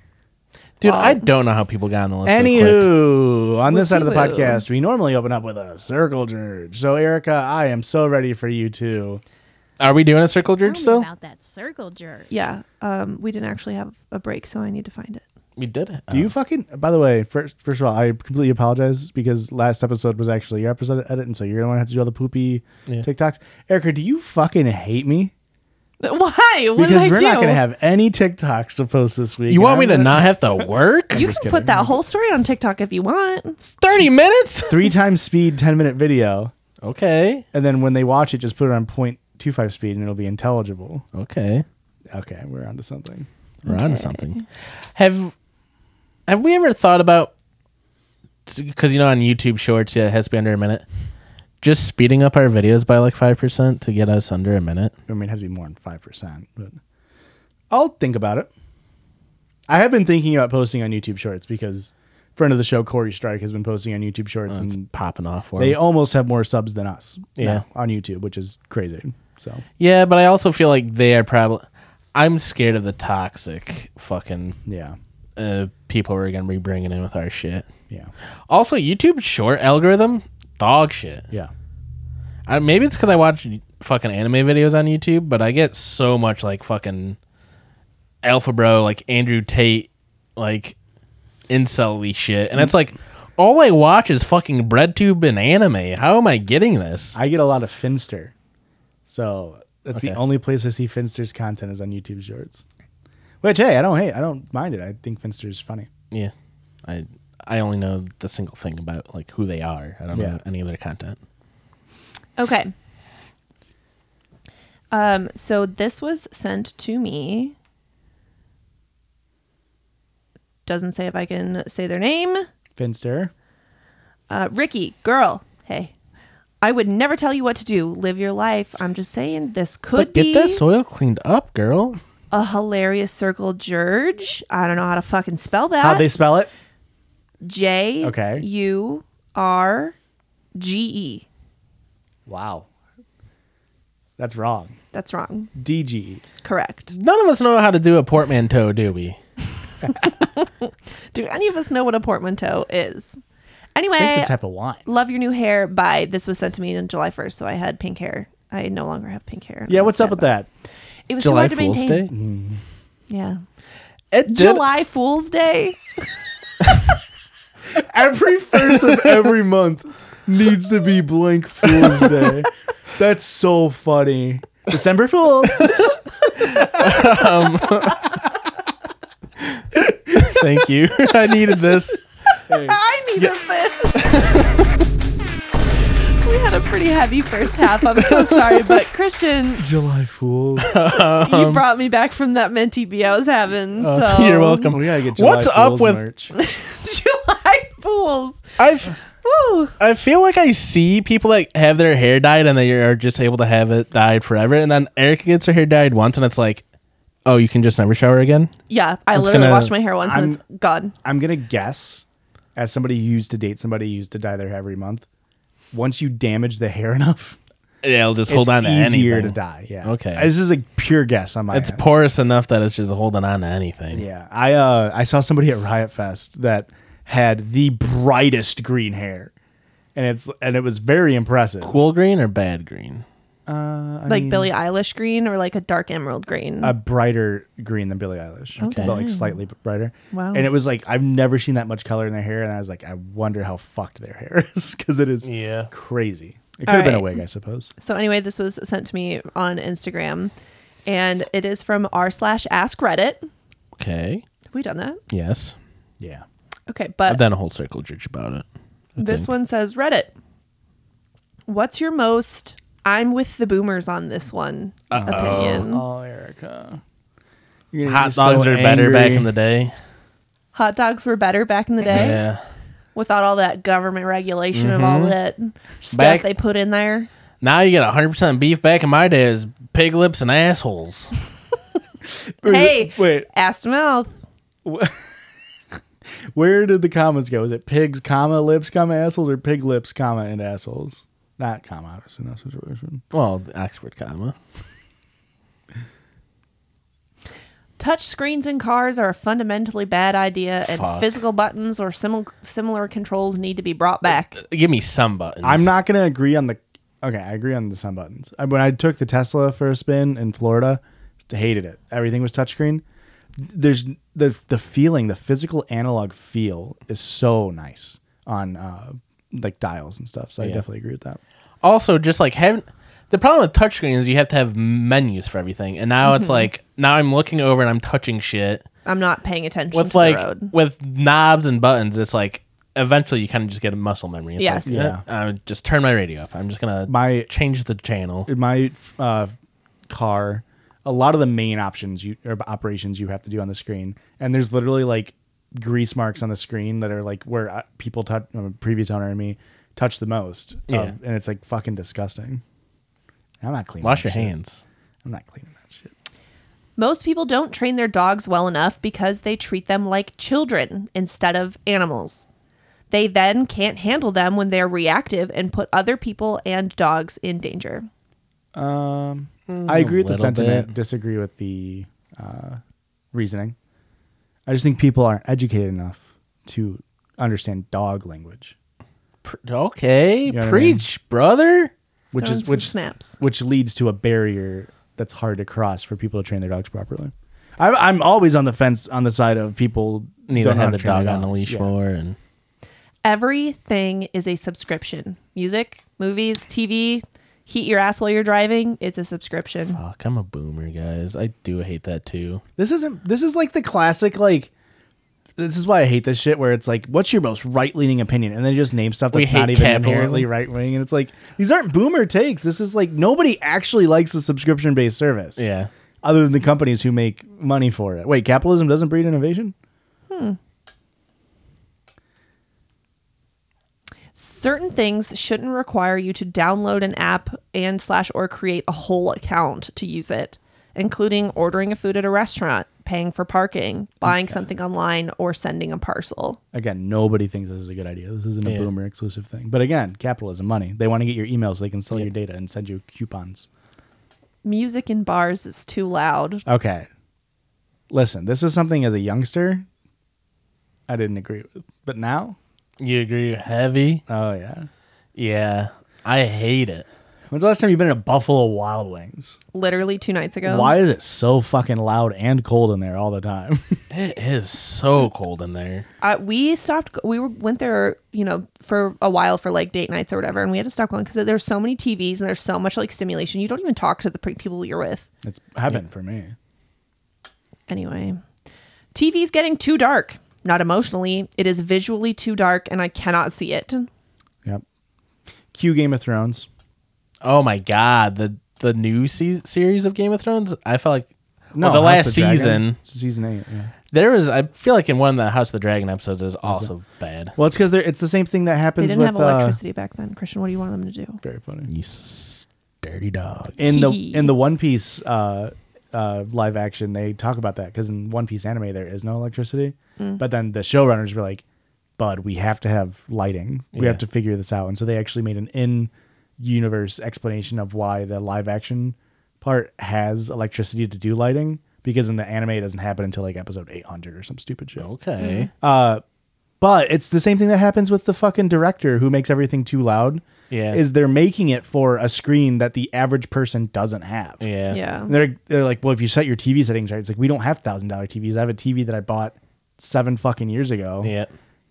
Dude, Wow. I don't know how people got on the list. so quick. Anywho, on this side of the Whoopty-woo. podcast, we normally open up with a circle jerk. So, Erica, I am so ready for you too. Are we doing a circle Tell jerk me still? about that circle jerk. Yeah. Um, we didn't actually have a break, so I need to find it. We did it. Do you fucking? By the way, first, first of all, I completely apologize because last episode was actually your episode edit, and so you're the one who had to do all the poopy Yeah. TikToks. Erica, do you fucking hate me? Why? What because did I we're do? not going to have any TikToks to post this week. You want I'm me to gonna- not have to work? you can put that whole story on TikTok if you want. 30 minutes? three times speed, ten minute video, Okay. and then when they watch it, just put it on point two five speed, and it'll be intelligible. Okay. Okay, we're onto something. We're on to something. Have have we ever thought about because you know on YouTube Shorts yeah, it has to be under a minute. Just speeding up our videos by like five percent to get us under a minute. I mean, it has to be more than five percent, but I'll think about it. I have been thinking about posting on YouTube Shorts because friend of the show Corey Strike has been posting on YouTube Shorts, It's and popping off. For they me. almost have more subs than us. Yeah. now on YouTube, which is crazy. So Yeah, but I also feel like they are probably. I'm scared of the toxic fucking yeah, uh, people we're gonna be bringing in with our shit. yeah, Also, YouTube short algorithm dog shit. yeah. I, maybe it's because I watch fucking anime videos on YouTube, but I get so much like fucking alpha bro, like Andrew Tate, like incel shit, and it's like all I watch is fucking BreadTube and anime. How am I getting this? I get a lot of Finster, so that's the Okay. only place I see Finster's content is on YouTube Shorts. Which hey, I don't hate, I don't mind it. I think Finster's funny. yeah, I I only know the single thing about like who they are. I don't Yeah. know any of their content. Okay. Um, so this was sent to me. Doesn't say if I can say their name. Finster, Uh, Ricky, girl, hey. I would never tell you what to do. Live your life. I'm just saying this could But get be that soil cleaned up, girl. a hilarious circle George. I don't know how to fucking spell that. how'd they spell it? J Okay. U R G E. Wow, that's wrong. E. That's wrong. DG. Correct. None of us know how to do a portmanteau, do we? Do any of us know what a portmanteau is? Think Anyway, the type of wine. love your new hair. Bye. This was sent to me on July 1st, so I had pink hair. I no longer have pink hair. Yeah, what's up with that? It was too July hard to Fool's maintain. Day. Yeah. It did- July Fool's Day. Every first of every month needs to be blank Fool's Day. That's so funny. December Fools. Thank you. I needed this. I needed this. we had a pretty heavy first half. I'm so sorry, but Christian, July Fools. you brought me back from that mint TB I was having. so Um, uh, You're welcome. We gotta get July What's up Fools with? merch. July Fools. I Woo. I feel like I see people that have their hair dyed and they are just able to have it dyed forever, and then Erica gets her hair dyed once, and it's like, oh, you can just never shower again. Yeah, I It's literally gonna- washed my hair once and it's gone. I'm gonna guess, as somebody who used to date somebody who used to dye their hair every month, once you damage the hair enough, Yeah, I'll just it's hold on to easier anything. to dye. Yeah. Uh, Okay. This is a pure guess on my It's end. porous enough that it's just holding on to anything. Yeah, I uh, I saw somebody at Riot Fest that had the brightest green hair, and it's and it was very impressive. Cool green or bad green? like Billie Eilish green or like a dark emerald green. A brighter green than Billie Eilish, Okay. but like slightly brighter. Wow. And it was like I've never seen that much color in their hair, and I was like, I wonder how fucked their hair is because it is Yeah. crazy. It could All have been a right. wig, I suppose. so anyway, this was sent to me on Instagram, and it is from r slash ask Reddit. Okay. Have we done that? Yes. Yeah. Okay, I've but done a whole circle jerk about it. this think. one says Reddit. What's your most? I'm with the boomers on this one opinion. Oh, Erica. You're gonna Hot get me dogs so are better angry. back in the day. Hot dogs were better back in the day Yeah. Mm-hmm. without all that government regulation of all that stuff Back- they put in there. Now you get 100% beef. Back in my day, is pig lips and assholes. Hey, Wait, ass to mouth. Where did the commas go? Is it pigs, comma, lips, comma, assholes, or pig lips, comma, and assholes? Not comma, obviously, in that situation. Well, the Oxford comma. Touch screens in cars are a fundamentally bad idea, and Fuck. physical buttons or simil- similar controls need to be brought back. Give me some buttons. I'm not going to agree on the. Okay, I agree on the sun buttons. I, when I took the Tesla for a spin in Florida, hated it. Everything was touchscreen. There's the the feeling, the physical analog feel is so nice on uh, like dials and stuff. So I definitely agree with that. also just like having the problem with touchscreen is you have to have menus for everything, and now Mm-hmm. it's like now I'm looking over and I'm touching shit I'm not paying attention with to like the road. with knobs and buttons. It's like eventually you kind of just get a muscle memory. It's Yes. Like, Yeah. I just turn my radio off. I'm just gonna My- change the channel. in my uh, car, a lot of the main options you or operations you have to do on the screen, and there's literally like grease marks on the screen that are like where uh, people touch uh, previous owner and me touch the most. Yeah. Um, and it's like fucking disgusting. I'm not cleaning. Wash that your shit. hands. I'm not cleaning that shit. Most people don't train their dogs well enough because they treat them like children instead of animals. They then can't handle them when they're reactive and put other people and dogs in danger. Um, I agree with the little sentiment. bit. Disagree with the uh, reasoning. I just think people aren't educated enough to understand dog language, Pr- okay, know what I preach, brother. which Throwing is some which snaps. which leads to a barrier that's hard to cross for people to train their dogs properly. I'm, I'm always on the fence on the side of people Need don't to know how have the to train dog their on a dogs. leash Yeah. more and Everything is a subscription. Music, movies, TV, heat your ass while you're driving, it's a subscription. fuck. I'm a boomer, guys. I do hate that too. This isn't. This is like the classic like. This is why I hate this shit. Where it's like, what's your most right leaning opinion, and then you just name stuff We that's not hate even capitalism. apparently right wing, and it's like these aren't boomer takes. This is like nobody actually likes a subscription based service. Yeah. Other than the companies who make money for it. Wait, capitalism doesn't breed innovation. certain things shouldn't require you to download an app and slash or create a whole account to use it including ordering a food at a restaurant paying for parking buying something online or sending a parcel Again, nobody thinks this is a good idea. This isn't a Yeah. boomer exclusive thing. But again, capitalism, money. They want to get your emails. so they can sell your data and send you coupons. music in bars is too loud Okay. Listen, this is something as a youngster I didn't agree with. But now, You agree? Heavy. oh yeah. Yeah. I hate it. When's the last time you've been in a Buffalo Wild Wings? literally two nights ago Why is it so fucking loud and cold in there all the time? It is so cold in there. uh, we stopped we were, went there you know for a while for like date nights or whatever and we had to stop going because there's so many tvs and there's so much like stimulation you don't even talk to the pre- people you're with it's happened for me. Anyway, TV's getting too dark. Not emotionally, it is visually too dark and I cannot see it. Yep. Cue Game of Thrones. Oh my god, the the new se- series of Game of Thrones. I felt like well, the House last of the Dragon. season It's season eight. Yeah. there was. I feel like in one of the House of the Dragon episodes is also bad. Well, it's because it's the same thing that They happens didn't with have uh, electricity back then. Christian, what do you want them to do? very funny. You s- dirty dog. in the Hee hee. in the One Piece uh, uh, live action, they talk about that because in One Piece anime there is no electricity. But then the showrunners were like, "Bud, we have to have lighting. We Yeah. have to figure this out." And so they actually made an in-universe explanation of why the live action part has electricity to do lighting because in the anime it doesn't happen until like episode 800 or some stupid shit. Okay. But it's the same thing that happens with the fucking director who makes everything too loud. Yeah. Is they're making it for a screen that the average person doesn't have. yeah. Yeah. And they're they're like, well, if you set your TV settings right, it's like we don't have thousand dollar TVs. I have a TV that I bought seven fucking years ago. Yeah.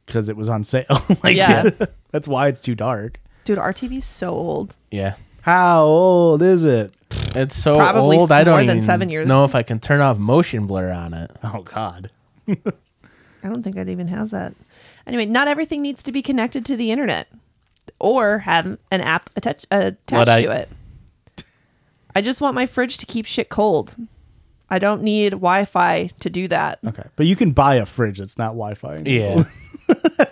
because it was on sale. like, Yeah. that's why it's too dark. Dude, our TV's so old. Yeah. How old is it? It's so Probably old. I more don't than even seven years. know if I can turn off motion blur on it. Oh God. I don't think it even has that. Anyway, not everything needs to be connected to the internet or have an app attach, uh, attached What I- to it. I just want my fridge to keep shit cold. I don't need Wi Fi to do that. Okay, but you can buy a fridge that's not Wi-Fi. enabled. Yeah.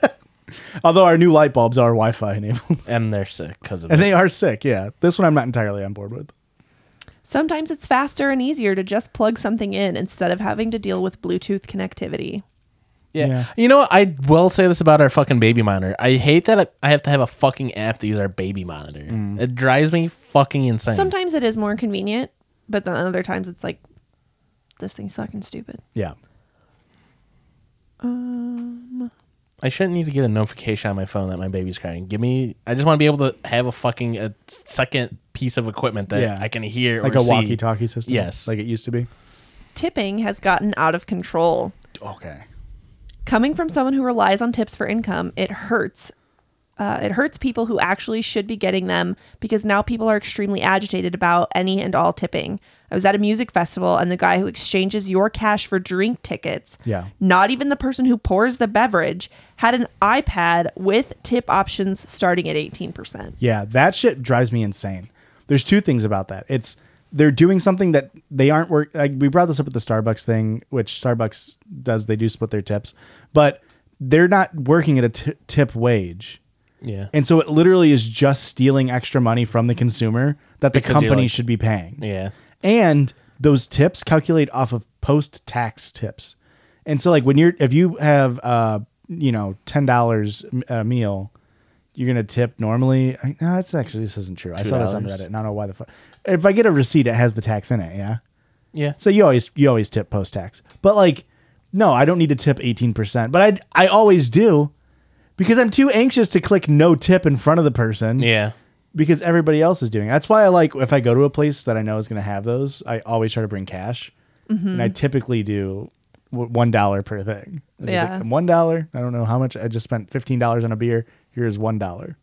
Although our new light bulbs are Wi-Fi enabled, and they're sick because of and it. they are sick. Yeah, this one I'm not entirely on board with. Sometimes it's faster and easier to just plug something in instead of having to deal with Bluetooth connectivity. Yeah. Yeah. You know, what? I will say this about our fucking baby monitor. I hate that I have to have a fucking app to use our baby monitor. Mm. It drives me fucking insane. Sometimes it is more convenient, but then other times it's like, this thing's fucking stupid. Yeah. I shouldn't need to get a notification on my phone that my baby's crying. Give me. I just want to be able to have a fucking a second piece of equipment that Yeah. I can hear Like or a see. walkie-talkie system. Yes. like it used to be. Tipping has gotten out of control. Okay. Coming from someone who relies on tips for income, it hurts uh, it hurts people who actually should be getting them because now people are extremely agitated about any and all tipping. I was at a music festival and the guy who exchanges your cash for drink tickets, Yeah. not even the person who pours the beverage, had an iPad with tip options starting at 18%. Yeah, that shit drives me insane. There's two things about that. It's they're doing something that they aren't work. Like we brought this up with the Starbucks thing, which Starbucks does. They do split their tips, but they're not working at a t- tip wage, Yeah. and so it literally is just stealing extra money from the consumer that the Because you're company like- should be paying. yeah. And those tips calculate off of post tax tips. And so like when you're if you have uh you know $10 a meal, you're going to tip normally. I, no, that's actually this isn't true. I saw this on $2. Reddit and I don't know why the fuck. If I get a receipt it has the tax in it, yeah. Yeah. So you always you always tip post tax. But like no, I don't need to tip 18%, but I I always do because I'm too anxious to click no tip in front of the person Yeah. because everybody else is doing. it. That's why I like if I go to a place that I know is going to have those, I always try to bring cash, Mm-hmm. and I typically do w- one dollar per thing. It's like, Yeah. one dollar. I don't know how much. I just spent fifteen dollars on a beer. Here's one dollar.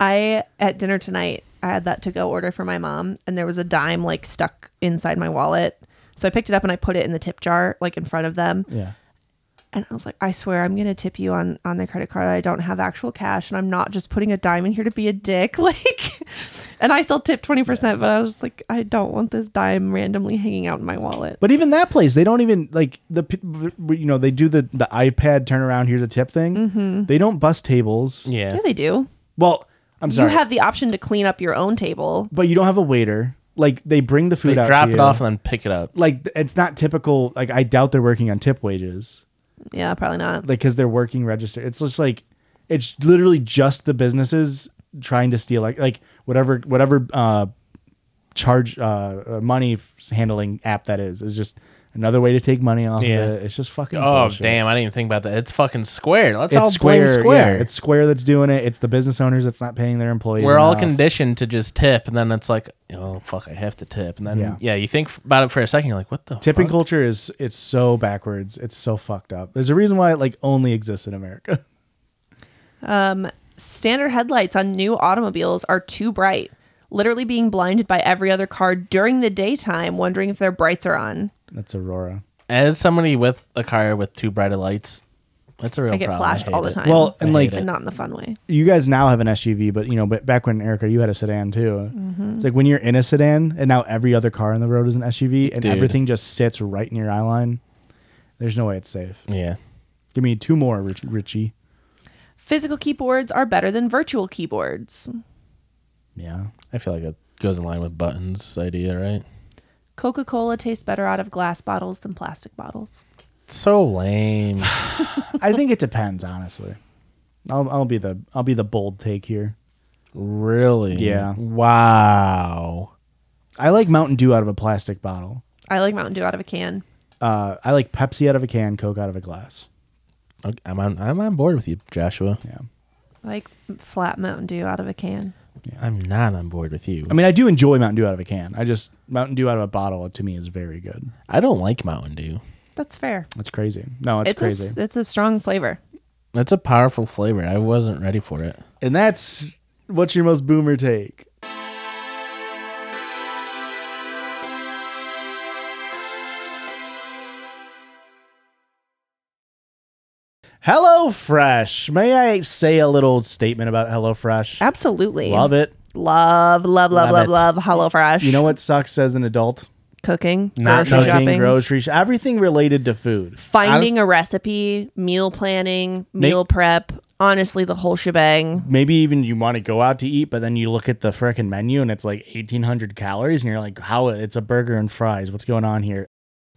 I at dinner tonight, I had that to go order for my mom, and there was a dime like stuck inside my wallet. So I picked it up and I put it in the tip jar, like in front of them. Yeah, And I was like, I swear, I'm gonna tip you on on the credit card. I don't have actual cash, and I'm not just putting a dime in here to be a dick. Like, and I still tipped twenty percent, but I was just like, I don't want this dime randomly hanging out in my wallet. but even that place, they don't even like the p- you know they do the the iPad turnaround. Here's a tip thing. Mm-hmm. They don't bus tables. Yeah. yeah, they do. Well, I'm sorry, You have the option to clean up your own table. but you don't have a waiter. Like they bring the food They out. to drop it you. off and then pick it up. Like it's not typical. Like I doubt they're working on tip wages. Yeah, probably not. like because they're working register. It's just like it's literally just the businesses trying to steal like like whatever whatever uh charge uh uh, money f- handling app that is is just another way to take money off. Yeah. Yeah, it. it's just fucking. Oh bullshit. damn! I didn't even think about that. It's fucking square. Let's all It's square, square. blame Square. square. it's square that's doing it. It's the business owners that's not paying their employees. We're all enough. conditioned to just tip, and then it's like, oh fuck, I have to tip, and then yeah, Yeah. you think f- about it for a second, you're like, what the tipping fuck? culture is it's so backwards. It's so fucked up. There's a reason why it like only exists in America. Standard headlights on new automobiles are too bright, literally being blinded by every other car during the daytime, wondering if their brights are on. That's Aurora. As somebody with a car with too bright of lights, that's a real I get problem. flashed hate all the it. time. Well, and I hate like but it. not in the fun way. you guys now have an SUV, but you know, but back when Erica, you had a sedan too. Mm-hmm. It's like when you're in a sedan, and now every other car on the road is an SUV, and Dude. everything just sits right in your eye line. There's no way it's safe. Yeah. Give me two more, Rich- Richie. Physical keyboards are better than virtual keyboards. Yeah, I feel like it goes in line with Button's idea, right? Coca Cola tastes better out of glass bottles than plastic bottles. So lame. I think it depends, honestly. I'll, I'll be the I'll be the bold take here. really? Yeah. Wow. I like Mountain Dew out of a plastic bottle. I like Mountain Dew out of a can. Uh, I like Pepsi out of a can, Coke out of a glass. Okay, I'm on. I'm on board with you, Joshua. Yeah, I like flat Mountain Dew out of a can. I'm not on board with you. I mean, I do enjoy Mountain Dew out of a can. I just Mountain Dew out of a bottle to me is very good. I don't like Mountain Dew. That's fair. That's crazy. No, it's, it's crazy. a s- it's a strong flavor. That's a powerful flavor. I wasn't ready for it. And that's what's your most boomer take? HelloFresh. May I say a little statement about HelloFresh? Absolutely. Love it. Love, love, love, Love love, it. love, Hello Fresh. You know what sucks as an adult? Cooking, Not grocery cooking, shopping, grocery, sh- everything related to food. finding a recipe, meal planning, meal prep, honestly, the whole shebang. Maybe even you want to go out to eat, but then you look at the frickin' menu and it's like 1,800 calories, and you're like, how? It's a burger and fries. What's going on here?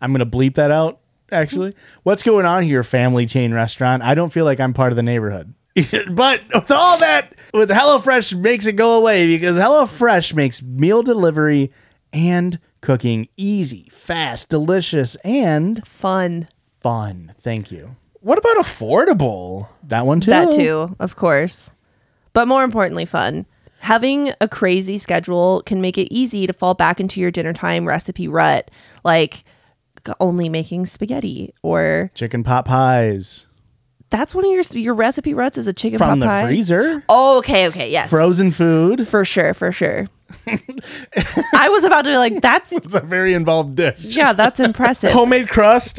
I'm going to bleep that out, actually. What's going on here, family chain restaurant? I don't feel like I'm part of the neighborhood. but with all that, with HelloFresh makes it go away because HelloFresh makes meal delivery and cooking easy, fast, delicious, and Fun. fun. Thank you. What about affordable? That one too. That too, of course. But more importantly, fun. Having a crazy schedule can make it easy to fall back into your dinner time recipe rut, like only making spaghetti or Chicken pot pies. That's one of your your recipe ruts is a chicken from pot pie. the freezer. Oh, okay, okay, yes. Frozen food. for sure, for sure. I was about to be like, that's It's a very involved dish. yeah, that's impressive. Homemade crust.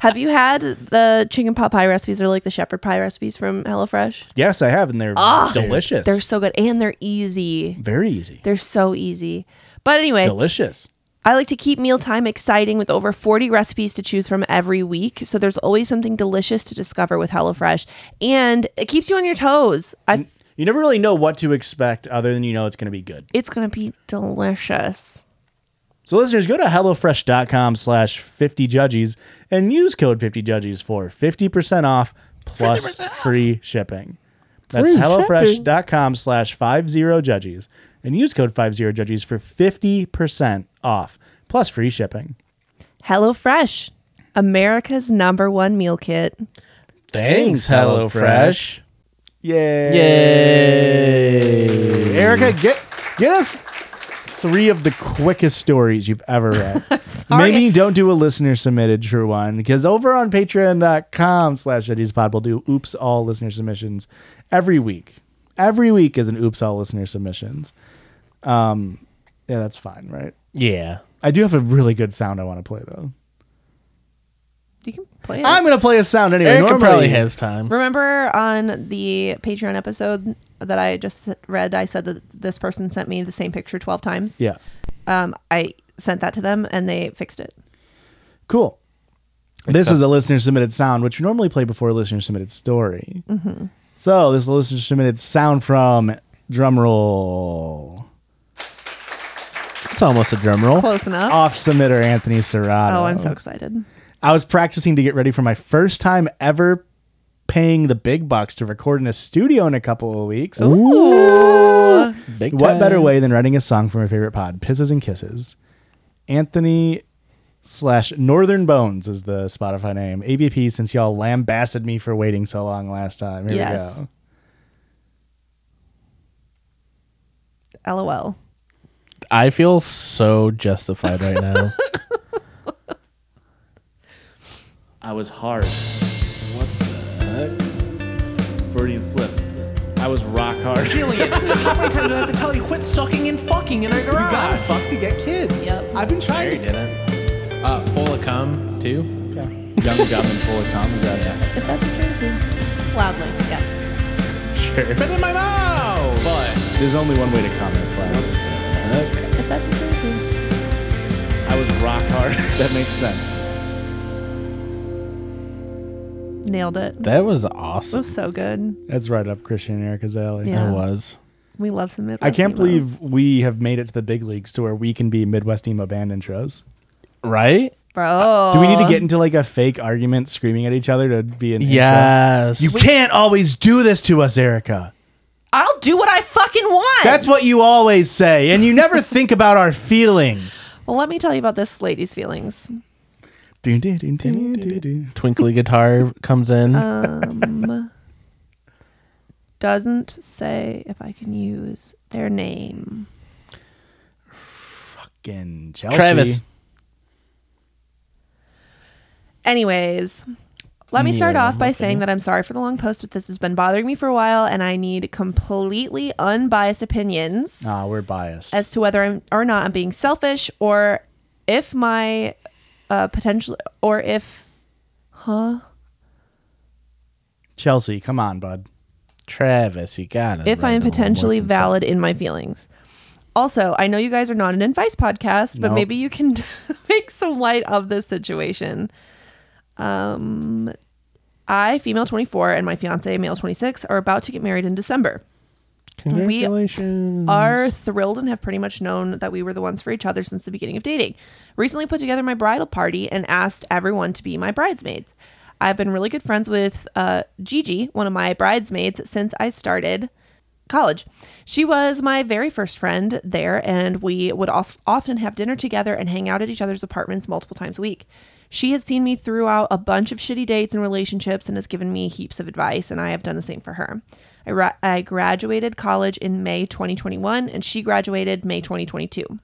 Have you had the chicken pot pie recipes or like the shepherd pie recipes from HelloFresh? Yes, I have, and Ah, they're delicious. They're so good and they're easy. very easy. They're so easy. But anyway, Delicious. I like to keep mealtime exciting with over 40 recipes to choose from every week. So there's always something delicious to discover with HelloFresh. And it keeps you on your toes. I, You never really know what to expect other than you know it's going to be good. it's going to be delicious. So listeners, go to HelloFresh.com slash 50 judges and use code 50 judges for 50% off plus free shipping. That's Free HelloFresh.com slash 50 judges and use code 50 judges for 50% off plus free shipping. HelloFresh, America's number one meal kit. Thanks, HelloFresh. Yay. Yay. Erica, get get us three of the quickest stories you've ever read. Maybe don't do a listener submitted true one because over on patreon.com slash pod we'll do oops all listener submissions every week. Every week is an oops all listener submissions. Um yeah, that's fine, right? Yeah. I do have a really good sound I want to play though. You can play it. I'm gonna play a sound anyway. Erica Normally- probably has time. Remember on the Patreon episode that I just read, I said that this person sent me the same picture 12 times. Yeah. Um, I sent that to them and they fixed it. Cool. This is a listener submitted sound, which we normally play before a listener submitted story. Mm-hmm. So this is a listener submitted sound from drumroll It's almost a drum roll. Close enough. off submitter Anthony Serrano. oh, I'm so excited. I was practicing to get ready for my first time ever paying the big bucks to record in a studio in a couple of weeks. Ooh. Big What time. better way than writing a song for my favorite pod, Pisses and Kisses? Anthony slash Northern Bones is the Spotify name. ABP, since y'all lambasted me for waiting so long last time. Here Yes. we go. LOL. I feel so justified right now. I was hard. What the heck? Freudian slip. I was rock hard. How many times do I have to tell you quit sucking and fucking in our garage? You gotta fuck to get kids. Yep. I've been trying to. uh, full of cum too. Young, dumb, and full of cum. Is that If that's okay with you. Loudly. Yeah. Spit in my mouth. But There's only one way to comment. If that's okay with you. I was rock hard. that makes sense. Nailed it. That that was awesome. was so good. That's right up Christian and Erica's alley. Yeah. It was. We love some Midwest. I can't emo. believe we have made it to the big leagues to where we can be Midwest emo band intros. Right? Bro. Do we need to get into like a fake argument screaming at each other to be an Yes. intro? You can't always do this to us, Erica. I'll do what I fucking want. That's what you always say, and you never think about our feelings. Well, let me tell you about this lady's feelings. Does twinkly guitar comes in. Doesn't say if I can use their name. Fucking Chelsea. Travis. Anyways, let me start Yeah, off by saying that I'm sorry for the long post, but this has been bothering me for a while, and I need completely unbiased opinions Ah, we're biased. as to whether I'm or not I'm being selfish, or if my uh, potential, or if Chelsea, come on, bud. Travis, you got it. if I am Randall potentially Wilkinson. valid in my feelings. Also, I know you guys are not an advice podcast, but Nope. maybe you can make some light of this situation. Um, I, female 24, and my fiance, male 26, are about to get married in December. Congratulations. Are thrilled and have pretty much known that we were the ones for each other since the beginning of dating. Recently put together my bridal party and asked everyone to be my bridesmaids. I've been really good friends with uh, Gigi, one of my bridesmaids, since I started college. She was my very first friend there, and we would also often have dinner together and hang out at each other's apartments multiple times a week. She has seen me throughout a bunch of shitty dates and relationships and has given me heaps of advice, and I have done the same for her. I, ra- I graduated college in May 2021, and she graduated May 2022.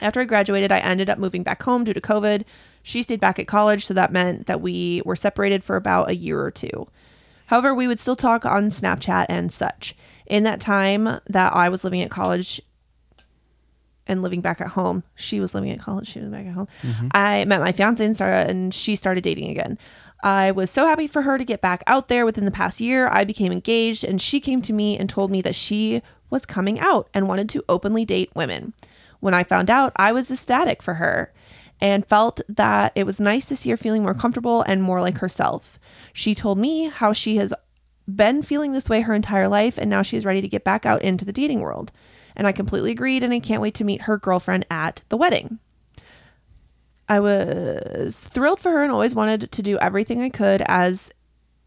After I graduated, I ended up moving back home due to COVID. She stayed back at college, so that meant that we were separated for about a year or two. However, we would still talk on Snapchat and such. In that time that I was living at college, and living back at home. She was living at college. She was back at home. I met my fiance and started, and she started dating again. I was so happy for her to get back out there. Within the past year, I became engaged, and she came to me and told me that she was coming out and wanted to openly date women. When I found out, I was ecstatic for her and felt that it was nice to see her feeling more comfortable and more like herself. She told me how she has been feeling this way her entire life and now she's ready to get back out into the dating world. And I completely agreed and I can't wait to meet her girlfriend at the wedding. I was thrilled for her and always wanted to do everything I could as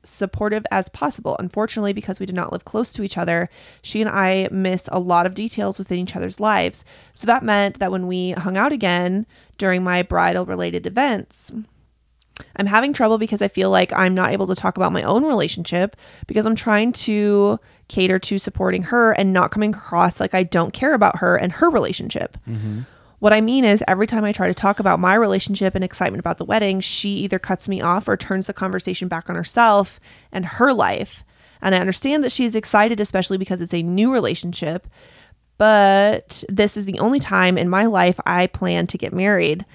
supportive as possible. Unfortunately, because we did not live close to each other, she and I miss a lot of details within each other's lives. So that meant that when we hung out again during my bridal related events, I'm having trouble because I feel like I'm not able to talk about my own relationship because I'm trying to cater to supporting her and not coming across like I don't care about her and her relationship. What I mean is, every time I try to talk about my relationship and excitement about the wedding, she either cuts me off or turns the conversation back on herself and her life. And I understand that she's excited, especially because it's a new relationship, but this is the only time in my life I plan to get married.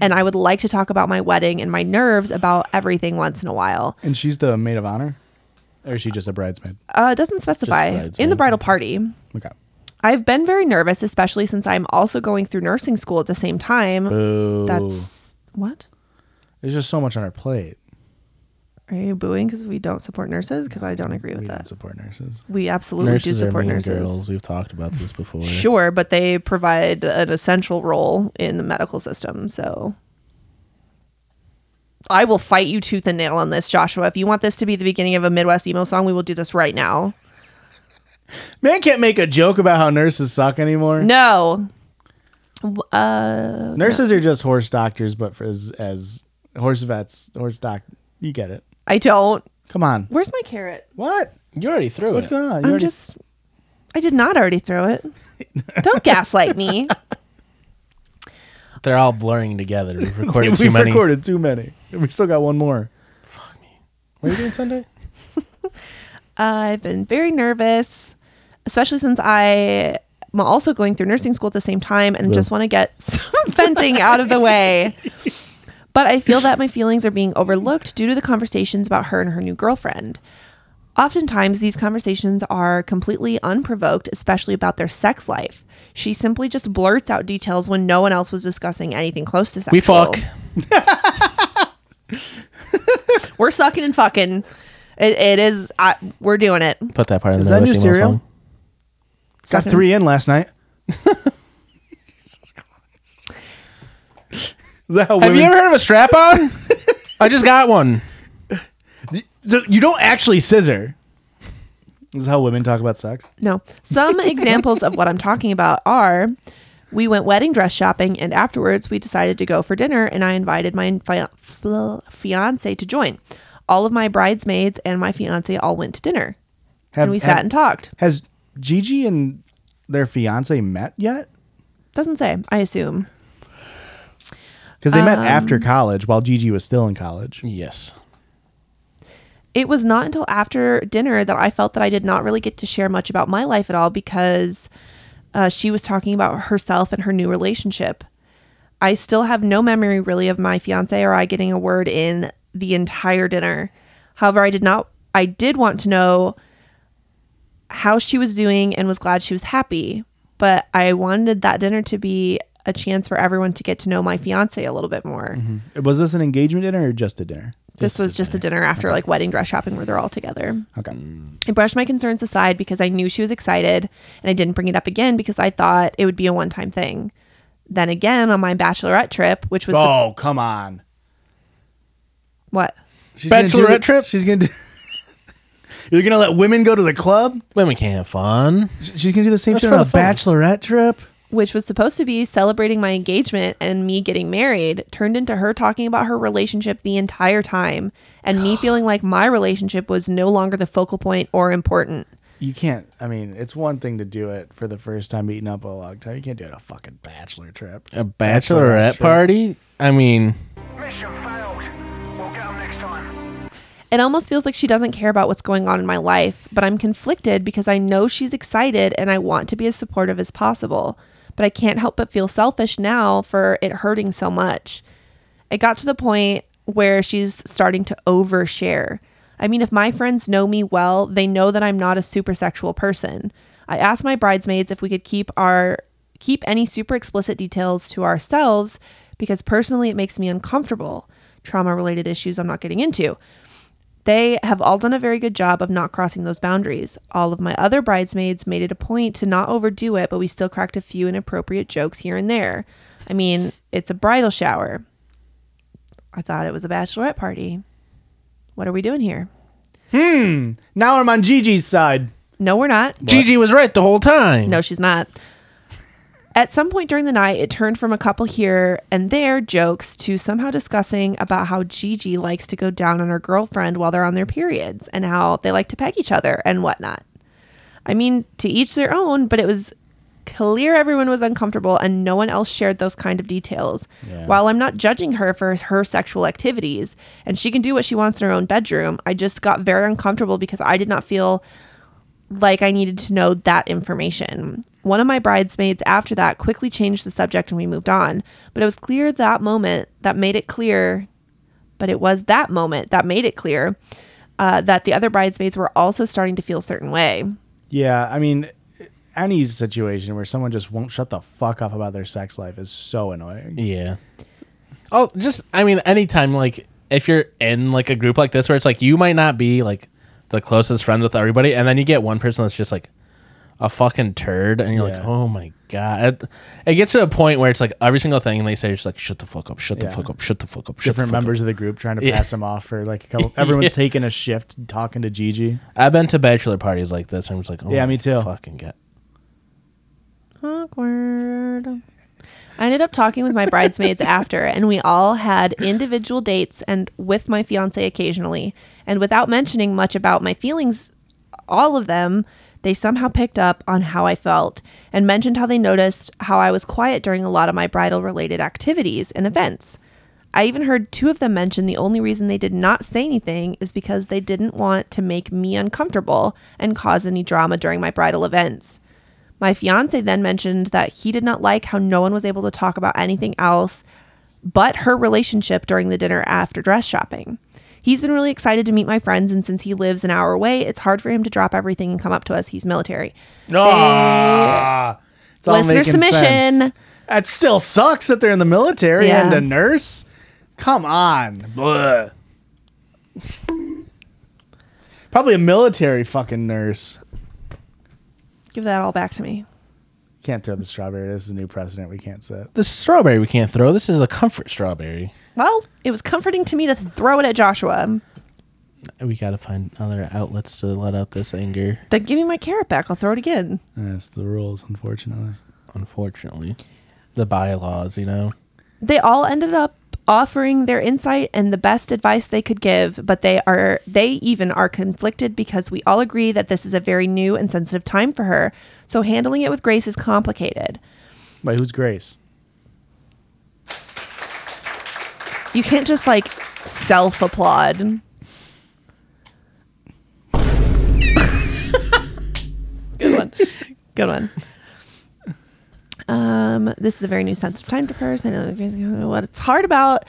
And I would like to talk about my wedding and my nerves about everything once in a while. And she's the maid of honor? Or is she just a bridesmaid? Uh, it doesn't specify in the bridesmaid. bridal party. Okay. I've been very nervous, especially since I'm also going through nursing school at the same time. Boo. That's what? There's just so much on her plate. Are you booing because we don't support nurses? Because I don't agree with We don't that. support nurses. We absolutely do support nurses. We've talked about this before. Sure, but they provide an essential role in the medical system. So I will fight you tooth and nail on this, Joshua. If you want this to be the beginning of a Midwest emo song, we will do this right now. Man can't make a joke about how nurses suck anymore. No. W- Uh, Nurses are just horse doctors, but for as, as horse vets, horse doc, you get it. I don't. Come on. Where's my carrot? What? You already threw What's it. going on? You I'm already- just. I did not already throw it. Don't gaslight me. They're all blurring together. We've recorded too We've many. recorded too many. We still got one more. What are you doing Sunday? I've been very nervous, especially since I am also going through nursing school at the same time and just want to get some venting out of the way. But I feel that my feelings are being overlooked due to the conversations about her and her new girlfriend. Oftentimes, these conversations are completely unprovoked, especially about their sex life. She simply just blurts out details when no one else was discussing anything close to sexual. We fuck. We're sucking and fucking. It, it is. I, we're doing it. Put that part in Is the that Midwest new emo cereal? song. Got three in last night. Is that how Have women- you ever heard of a strap on? I just got one. So you don't actually scissor. This is how women talk about sex. No. Some examples of what I'm talking about are we went wedding dress shopping and afterwards we decided to go for dinner and I invited my fi- fl- fiance to join. All of my bridesmaids and my fiance all went to dinner Have, and we sat have- and talked. Has Gigi and their fiance met yet? Doesn't say, I assume. Because they Um, met after college, while Gigi was still in college. Yes. it was not until after dinner that I felt that I did not really get to share much about my life at all because uh, she was talking about herself and her new relationship. I still have no memory really of my fiance or I getting a word in the entire dinner. However, I did not. I did want to know how she was doing and was glad she was happy. But I wanted that dinner to be a chance for everyone to get to know my fiance a little bit more. Was this an engagement dinner or just a dinner? This was Mm-hmm. just a dinner after like wedding dress shopping where they're all together. Okay. I brushed my concerns aside because I knew she was excited and I didn't bring it up again because I thought it would be a one time thing. Then again, on my bachelorette trip, which was Oh come on! what? She's gonna do Bachelorette it- trip? She's gonna. Do, you're gonna let women go to the club? Women can't have fun. She's gonna do the same That's shit for on a the fellas. bachelorette trip. Which was supposed to be celebrating my engagement and me getting married, turned into her talking about her relationship the entire time and me feeling like my relationship was no longer the focal point or important. You can't. I mean, it's one thing to do it for the first time, eating up a long time. You can't do it on a fucking bachelor trip. A bachelorette party? I mean, Miss It almost feels like she doesn't care about what's going on in my life, but I'm conflicted because I know she's excited and I want to be as supportive as possible. But I can't help but feel selfish now for it hurting so much. It got to the point where she's starting to overshare. I mean, if my friends know me well, they know that I'm not a super sexual person. I asked my bridesmaids if we could keep our keep any super explicit details to ourselves because personally it makes me uncomfortable. Trauma related issues I'm not getting into. They have all done a very good job of not crossing those boundaries. All of my other bridesmaids made it a point to not overdo it, but we still cracked a few inappropriate jokes here and there. I mean, it's a bridal shower. I thought it was a bachelorette party. What are we doing here? Now I'm on Gigi's side. No, we're not. Gigi was right the whole time. No, she's not. At some point during the night, it turned from a couple here and there jokes to somehow discussing about how Gigi likes to go down on her girlfriend while they're on their periods and how they like to peg each other and whatnot. I mean, to each their own, but it was clear everyone was uncomfortable and no one else shared those kind of details. While I'm not judging her for her sexual activities and she can do what she wants in her own bedroom, I just got very uncomfortable because I did not feel like I needed to know that information. One of my bridesmaids after that quickly changed the subject and we moved on. But it was clear that moment that made it clear, but it was that moment that made it clear uh, that the other bridesmaids were also starting to feel a certain way. Yeah, I mean, any situation where someone just won't shut the fuck up about their sex life is so annoying. Yeah. Oh, just I mean, anytime like if you're in like a group like this where it's like you might not be like the closest friends with everybody, and then you get one person that's just like a fucking turd, and you're like, Yeah. oh my god. It, it gets to a point where it's like every single thing they say is just like, shut the fuck up, shut the Yeah. fuck up, shut the fuck up. Shut Different the fuck members of the group trying to Yeah. pass them off for like a couple. Everyone's taking a shift talking to Gigi. Up. I've been to bachelor parties like this, and I'm just like, oh Yeah, my me too. Fucking god. Awkward. I ended up talking with my bridesmaids after, and we all had individual dates and with my fiance occasionally. And without mentioning much about my feelings, all of them, they somehow picked up on how I felt and mentioned how they noticed how I was quiet during a lot of my bridal related activities and events. I even heard two of them mention the only reason they did not say anything is because they didn't want to make me uncomfortable and cause any drama during my bridal events. My fiance then mentioned that he did not like how no one was able to talk about anything else but her relationship during the dinner after dress shopping. He's been really excited to meet my friends, and since he lives an hour away, it's hard for him to drop everything and come up to us. He's military. Ah, it's all Listener making submission. sense. That still sucks that they're in the military Yeah. and a nurse. Come on. Blah. Probably a military fucking nurse. Give that all back to me. Can't throw the strawberry. This is a new precedent. We can't set. This strawberry we can't throw. This is a comfort strawberry. Well, it was comforting to me to throw it at Joshua. We gotta find other outlets to let out this anger. Then give me my carrot back. I'll throw it again. That's the rules, unfortunately. Unfortunately, the bylaws, you know. they all ended up offering their insight and the best advice they could give but they are they even are conflicted because we all agree that this is a very new and sensitive time for her so handling it with grace is complicated Wait, who's Grace? you can't just like self applaud good one good one um, this is a very new sensitive time to first. I know what it's hard about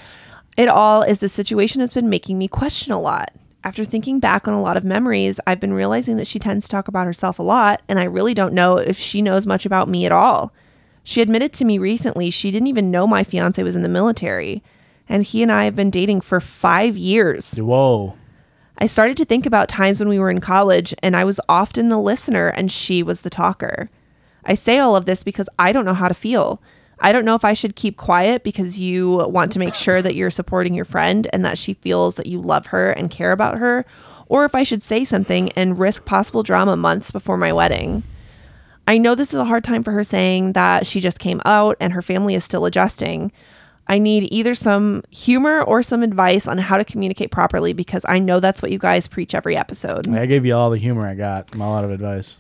it all is the situation has been making me question a lot. After thinking back on a lot of memories, I've been realizing that she tends to talk about herself a lot, and I really don't know if she knows much about me at all. She admitted to me recently she didn't even know my fiance was in the military, and he and I have been dating for five years. Whoa. I started to think about times when we were in college and I was often the listener and she was the talker. I say all of this because I don't know how to feel. I don't know if I should keep quiet because you want to make sure that you're supporting your friend and that she feels that you love her and care about her, or if I should say something and risk possible drama months before my wedding. I know this is a hard time for her saying that she just came out and her family is still adjusting. I need either some humor or some advice on how to communicate properly because I know that's what you guys preach every episode. I gave you all the humor I got. and A lot of advice.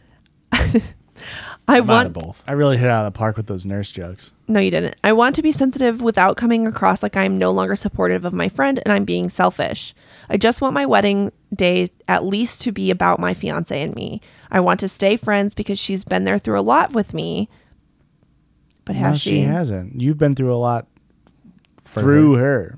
I Amount of want both. I really hit it out of the park with those nurse jokes. No, you didn't. I want to be sensitive without coming across like I'm no longer supportive of my friend and I'm being selfish. I just want my wedding day at least to be about my fiance and me. I want to stay friends because she's been there through a lot with me. But has no, she? she hasn't. You've been through a lot For through her.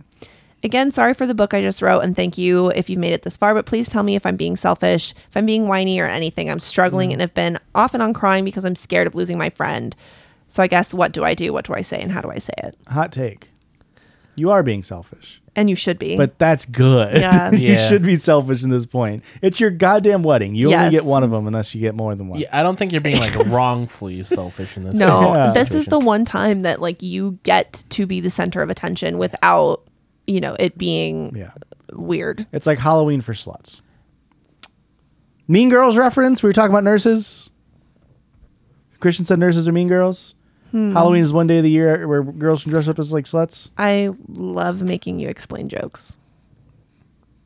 Again, sorry for the book I just wrote and thank you if you've made it this far, but please tell me if I'm being selfish, if I'm being whiny or anything. I'm struggling Mm. and have been off and on crying because I'm scared of losing my friend. So I guess what do I do? What do I say and how do I say it? Hot take. You are being selfish, And you should be. but that's good. Yeah. you Yeah. should be selfish in this point. It's your goddamn wedding. You Yes. only get one of them unless you get more than one. Yeah, I don't think you're being like wrongfully selfish in this. No, Yeah. this is the one time that like you get to be the center of attention without, you know, it being Yeah. weird. It's like Halloween for sluts. Mean Girls reference. We were talking about nurses. Christian said nurses are mean girls. Hmm. Halloween is one day of the year where girls can dress up as like sluts. I love making you explain jokes.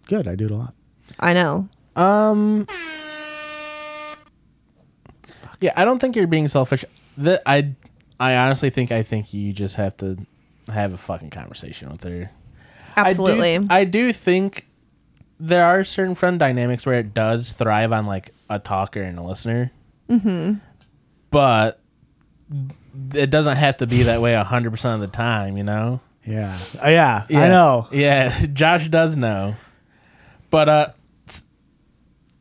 Good, I do it a lot. I know. Yeah, I don't think you're being selfish. The, I, I honestly think I think you just have to have a fucking conversation with her. I do- Absolutely. I do, think there are certain friend dynamics where it does thrive on like a talker and a listener. Mm-hmm. But it doesn't have to be that way hundred percent of the time, you know. Yeah, Uh, yeah, I know. Yeah, Josh does know, but uh, s-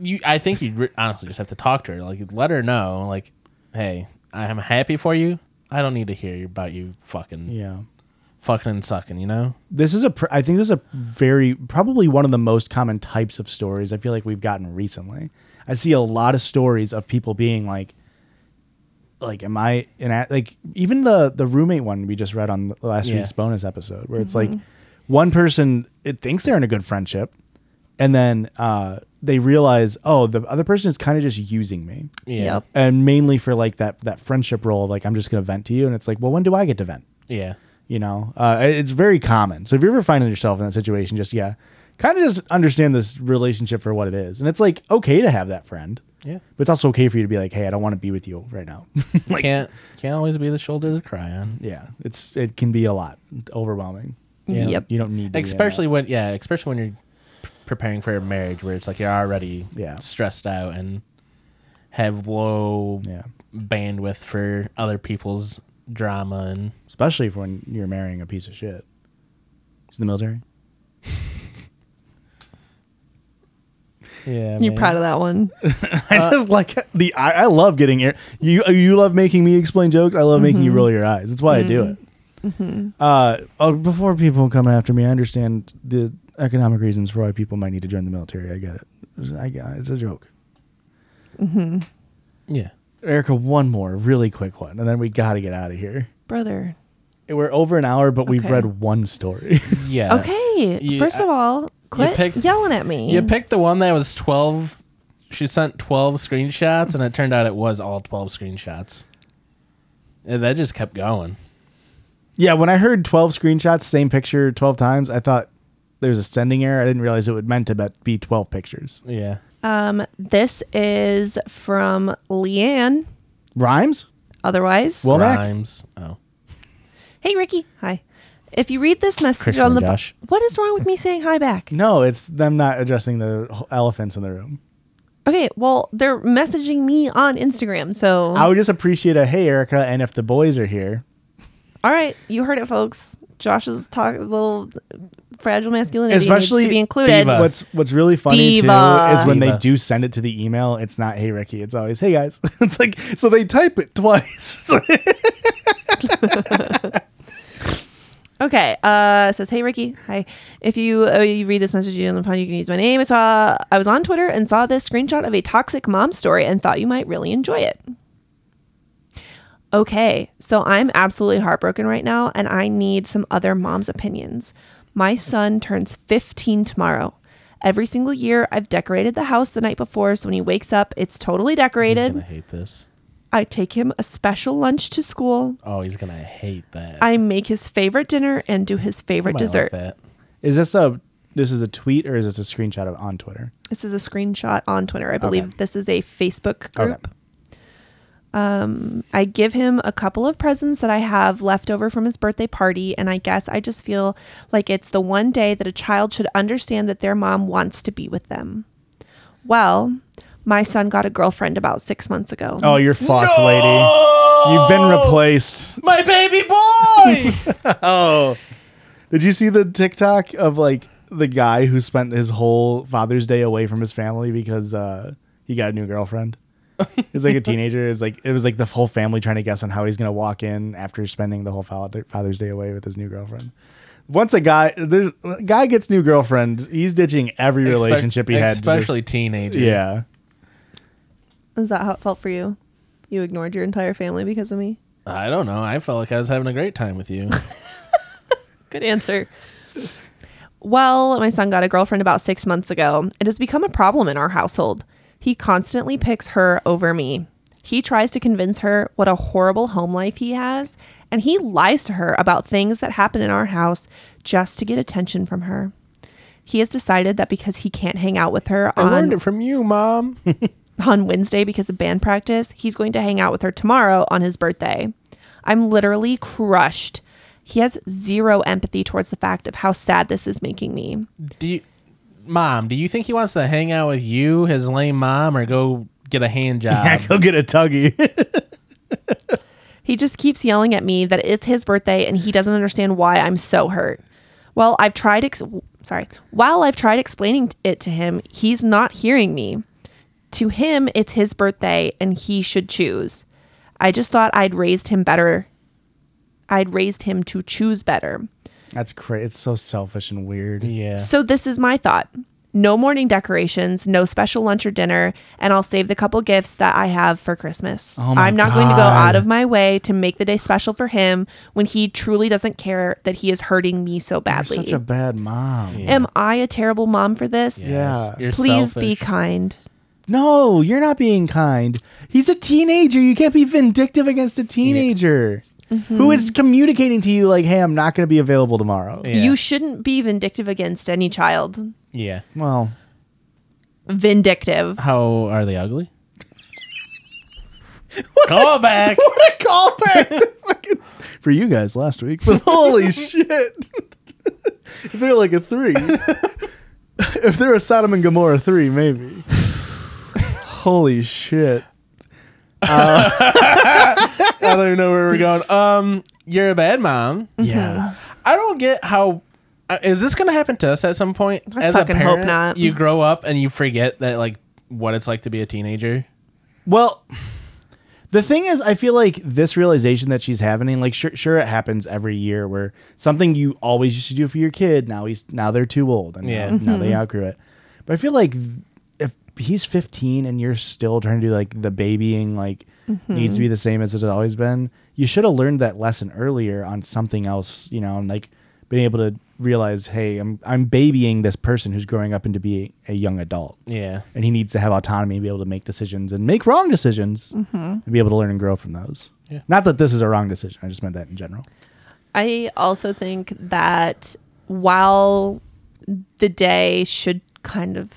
you. I think you re- honestly just have to talk to her. Like, let her know. Like, hey, I am happy for you. I don't need to hear about you fucking, Yeah, fucking and sucking. You know. this is a. Pr- I think this is a very probably one of the most common types of stories. I feel like we've gotten recently. I see a lot of stories of people being like, like, am I an a- like even the the roommate one we just read on the last Yeah. week's bonus episode where it's like one person it thinks they're in a good friendship, and then uh, they realize oh the other person is kind of just using me. Yeah. Yep. and mainly for like that that friendship role like i'm just gonna vent to you and it's like well when do i get to vent Yeah. you know uh, it's very common so if you're ever finding yourself in that situation just yeah kind of just understand this relationship for what it is and it's like okay to have that friend Yeah. but it's also okay for you to be like hey i don't want to be with you right now can't can't always be the shoulder to cry on. yeah it's it can be a lot overwhelming Yeah. Yep. you don't need to be in Especially when yeah, especially when you're p- preparing for a marriage where it's like you're already Yeah. stressed out and have low that. yeah bandwidth for other people's drama and especially for when you're marrying a piece of shit is the military yeah. You're proud of that one. I just like the. I, I love getting air. You you love making me explain jokes. I love making you roll your eyes. That's why I do it. Uh, oh, before people come after me, I understand the economic reasons for why people might need to join the military. I get it. I get it's a joke. Yeah. Erica, one more really quick one, and then we got to get out of here. Brother. We're over an hour, but we've Okay. read one story. Yeah. Okay. you- First of all, quit picked- yelling at me. You picked the one that was twelve she sent twelve screenshots and it turned out it was all twelve screenshots. And that just kept going. yeah, when I heard twelve screenshots, same picture twelve times, I thought there was a sending error. I didn't realize it would meant to be twelve pictures. Yeah. um this is from Leanne Rhymes. otherwise. Womack? Rhymes. Oh. hey Ricky. Hi. If you read this message Christian on the and Josh. What is wrong with me saying hi back? No, it's them not addressing the h- elephants in the room. Okay, well, they're messaging me on Instagram, so I would just appreciate a hey, Erica, and if the boys are here, All right, you heard it, folks. Josh's talk, little fragile masculinity Especially needs to be included. diva. what's what's really funny Diva. too is when they Diva. do send it to the email, it's not hey Ricky, it's always hey guys. it's like so they type it twice. Okay, uh, it says, "Hey Ricky, hi. If you uh, you read this message you on the pod, you can use my name. I saw I was on Twitter and saw this screenshot of a toxic mom story and thought you might really enjoy it. Okay, so I'm absolutely heartbroken right now, and I need some other mom's opinions. My son turns 15 tomorrow. Every single year, I've decorated the house the night before, so when he wakes up, it's totally He's decorated. gonna hate this. I take him a special lunch to school. Oh, he's gonna hate that. I make his favorite dinner and do his He favorite might like dessert. that. is this a this is a tweet or is this a screenshot of on Twitter? This is a screenshot on Twitter. I believe this is a Facebook group. Um, I give him a couple of presents that I have left over from his birthday party, and I guess I just feel like it's the one day that a child should understand that their mom wants to be with them. Well, my son got a girlfriend about six months ago. Oh, you're fucked, lady. You've been replaced. My baby boy. Oh. Did you see the TikTok of like the guy who spent his whole Father's Day away from his family because uh, he got a new girlfriend? It's like a teenager. It's like it was like the whole family trying to guess on how he's gonna walk in after spending the whole Father- Father's Day away with his new girlfriend. Once a guy, there's a guy gets new girlfriend, he's ditching every relationship he had. to just- especially teenagers. yeah. Is that how it felt for you? You ignored your entire family because of me? I don't know. I felt like I was having a great time with you. Good answer. Well, my son got a girlfriend about six months ago. It has become a problem in our household. He constantly picks her over me. He tries to convince her what a horrible home life he has, and he lies to her about things that happen in our house just to get attention from her. He has decided that because he can't hang out with her I learned on, it from you, mom. on Wednesday because of band practice, he's going to hang out with her tomorrow on his birthday. I'm literally crushed. He has zero empathy towards the fact of how sad this is making me. do you, mom? Do you think he wants to hang out with you, his lame mom, or go get a hand job? Yeah, go get a tuggy. He just keeps yelling at me that it's his birthday and he doesn't understand why I'm so hurt. Well, I've tried ex- sorry. While I've tried explaining it to him, he's not hearing me. To him, it's his birthday and he should choose. I just thought I'd raised him better. I'd raised him to choose better. That's crazy. It's so selfish and weird. yeah. So this is my thought. No morning decorations, no special lunch or dinner, and I'll save the couple gifts that I have for Christmas. Oh my I'm not going to go God. out of my way to make the day special for him when he truly doesn't care that he is hurting me so You're badly. such a bad mom. Am I a terrible mom for this? Yeah. You're Please be selfish. kind. No, you're not being kind. He's a teenager. You can't be vindictive against a teenager who is communicating to you like, "Hey, I'm not going to be available tomorrow." Yeah. You shouldn't be vindictive against any child. yeah. Well, Vindictive. How are they ugly? Call back. what a callback to fucking- for you guys last week. But holy shit, if they're like a three, if they're a Sodom and Gomorrah three, maybe. holy shit. I don't even know where we're going. Um, you're a bad mom. Yeah. I don't get how. Uh, is this going to happen to us at some point? I fucking hope not. You grow up and you forget that like what it's like to be a teenager. Well, the thing is, I feel like this realization that she's having, like, sure, sure, it happens every year where something you always used to do for your kid now he's now they're too old and Yeah. now, now they outgrew it. But I feel like th- if he's 15 and you're still trying to do like the babying, like needs to be the same as it has always been, you should have learned that lesson earlier on something else, you know, and like being able to realize, hey, I'm I'm babying this person who's growing up into be a young adult Yeah. and he needs to have autonomy and be able to make decisions and make wrong decisions and be able to learn and grow from those. Yeah. Not that this is a wrong decision. I just meant that in general. I also think that while the day should kind of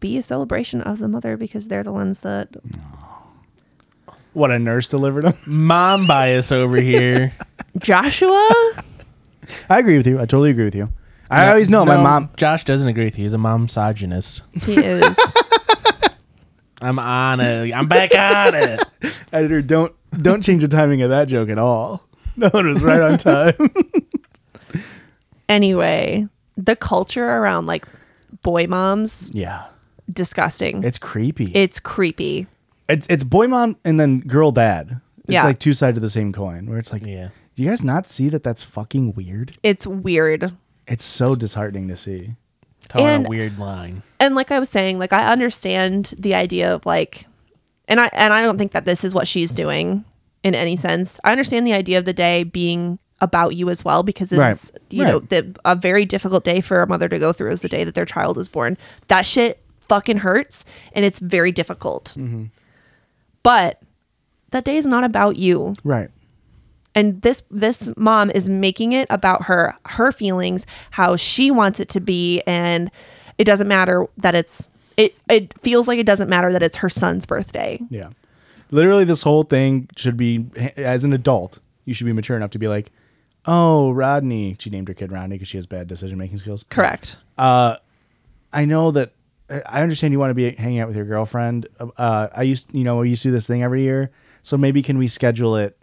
be a celebration of the mother because they're the ones that What a nurse delivered him. Mom bias over here. Joshua I agree with you. I totally agree with you. I always know my No, mom. Josh doesn't agree with you. He's a mom misogynist. he is I'm on it. I'm back on it. Editor, don't don't change the timing of that joke at all. No, it was right on time. anyway the culture around like boy moms yeah, disgusting it's creepy. it's creepy it's it's boy mom and then girl dad. It's Yeah. like two sides of the same coin. Where it's like, Yeah. do you guys not see that that's fucking weird? it's weird It's so disheartening to see. Calling And- a weird line. and like I was saying, like I understand the idea of like, and I and I don't think that this is what she's doing in any sense. I understand the idea of the day being about you as well because it's Right. you know Right. the, a very difficult day for a mother to go through is the day that their child is born. That shit fucking hurts and it's very difficult. Mm-hmm. But that day is not about you Right. and this this mom is making it about her her feelings how she wants it to be and it doesn't matter that it's it it feels like it doesn't matter that it's her son's birthday Yeah. literally this whole thing should be as an adult you should be mature enough to be like oh rodney she named her kid rodney because she has bad decision making skills Correct. i know that i understand you want to be hanging out with your girlfriend uh, i used you know we used to do this thing every year so maybe can we schedule it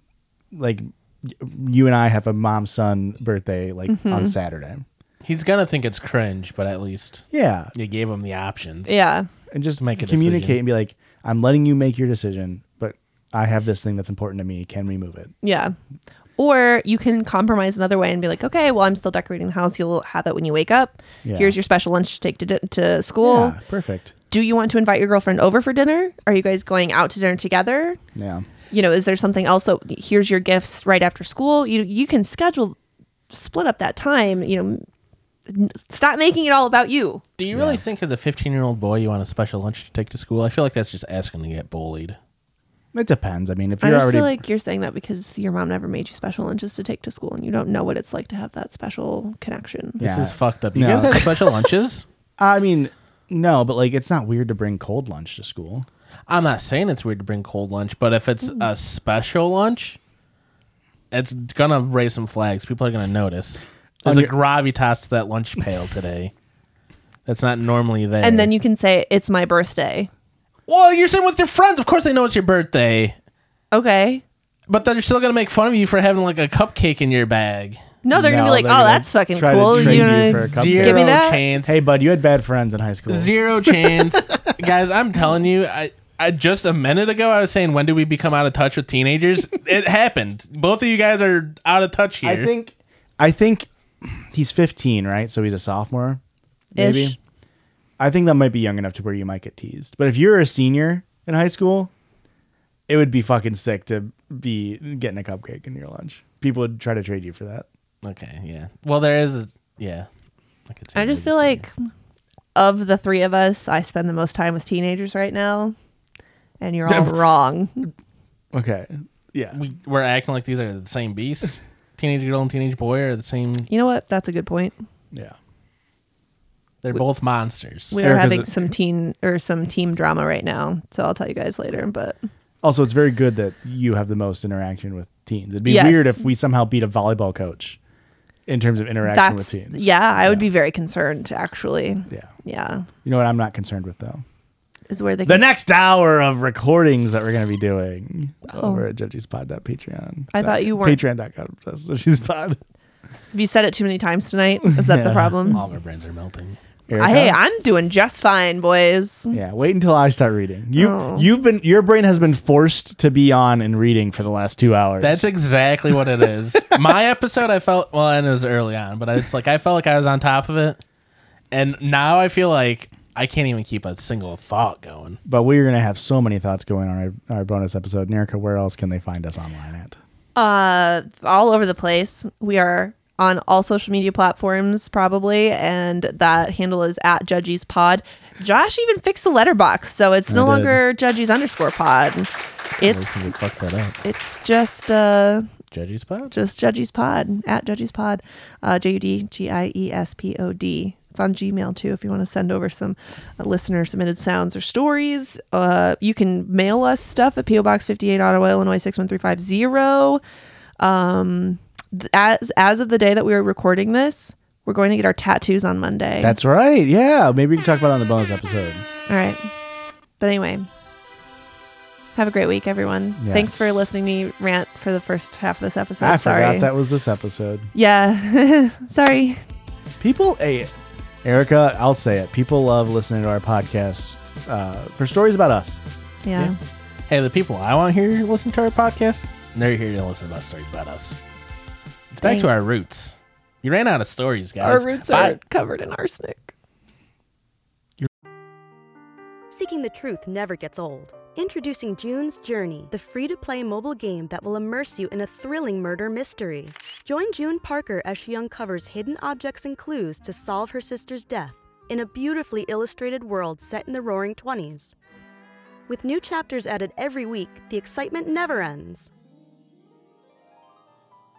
like y- you and i have a mom son birthday like on saturday He's gonna think it's cringe, but at least yeah you gave him the options. Yeah. and just Make a communicate decision. and be like i'm letting you make your decision but i have this thing that's important to me can we move it Yeah. Or you can compromise another way and be like, okay, well, I'm still decorating the house. You'll have it when you wake up. Yeah. Here's your special lunch to take to, di- to school. yeah perfect Do you want to invite your girlfriend over for dinner? Are you guys going out to dinner together? yeah You know, is there something else that here's your gifts right after school? You you can schedule, split up that time. You know, n- stop making it all about you. Do you really think as a 15 year old boy you want a special lunch to take to school? I feel like that's just asking to get bullied. It depends. I mean, if I you're just already feel like you're saying that because your mom never made you special lunches to take to school, and you don't know what it's like to have that special connection. Yeah. This is fucked up. You No. guys have special lunches? I mean, no, but like it's not weird to bring cold lunch to school. I'm not saying it's weird to bring cold lunch, but if it's a special lunch, it's gonna raise some flags. People are gonna notice. On There's a your- gravitas to that lunch pail today. That's not normally there. And then you can say, It's my birthday. well, you're sitting with your friends. Of course, they know it's your birthday, Okay. but they're still gonna make fun of you for having like a cupcake in your bag. No, they're No, gonna be like, they're "Oh, gonna that's fucking try to cool." trade you know, for a cupcake. Zero give me that. chance. Hey, bud, you had bad friends in high school. Zero chance, guys. I'm telling you, I, I just a minute ago I was saying, when do we become out of touch with teenagers? it happened. Both of you guys are out of touch here. I think, I think he's 15, right? So he's a sophomore, maybe. Ish. I think that might be young enough to where you might get teased. But if you're a senior in high school, it would be fucking sick to be getting a cupcake in your lunch. People would try to trade you for that. Okay, yeah. Well, there is, yeah. I, could see I what just you're feel saying. like, of the three of us, I spend the most time with teenagers right now, and you're all wrong. Okay. Yeah. we, we're acting like these are the same beast. teenage girl and teenage boy are the same. You know what? That's a good point. Yeah. They're both monsters. We are Erica's having a- some teen or some team drama right now, so I'll tell you guys later. But Also, it's very good that you have the most interaction with teens. It'd be Yes. weird if we somehow beat a volleyball coach in terms of interaction that's with teens. yeah, I would Yeah. be very concerned actually. Yeah. Yeah, You know what I'm not concerned with though? is where they The can, next hour of recordings that we're going to be doing Oh. over at judgespod.patreon. I thought you weren't- Patreon.com. slash judgespod. have you said it too many times tonight? Is that the Yeah. problem? All of our brains are melting. Erica? I, hey, I'm doing just fine, boys. yeah, wait until I start reading. You Oh. you've been your brain has been forced to be on and reading for the last 2 hours. That's exactly what it is. My episode, I felt well, and it was early on, but it's like I felt like I was on top of it, and now I feel like I can't even keep a single thought going. but we're going to have so many thoughts going on our, our bonus episode. And Erica, where else can they find us online at? uh all over the place we are on all social media platforms probably and that handle is at judges pod josh even fixed the letterbox so it's no did. longer judges underscore pod it's Fuck that up. it's just uh Judges pod. just judges pod at judges pod uh E j-u-d-g-i-e-s-p-o-d it's on gmail too if you want to send over some uh, listener submitted sounds or stories uh you can mail us stuff at po box 58 ottawa illinois 61350 um th- as as of the day that we were recording this we're going to get our tattoos on monday That's right. Yeah, maybe we can talk about it on the bonus episode. all right but anyway have a great week everyone thanks Yes. for listening to me rant for the first half of this episode I sorry forgot that was this episode. yeah sorry People, hey, Erica, I'll say it. People love listening to our podcast uh, for stories about us. yeah. Hey, the people I want here to listen to our podcast, they're here to listen about stories about us. It's back to our Thanks. roots. You ran out of stories, guys. Our roots Bye. are covered in arsenic. Seeking the truth never gets old. Introducing June's Journey, the free to play mobile game that will immerse you in a thrilling murder mystery. Join June Parker as she uncovers hidden objects and clues to solve her sister's death in a beautifully illustrated world set in the roaring 20s. With new chapters added every week, the excitement never ends.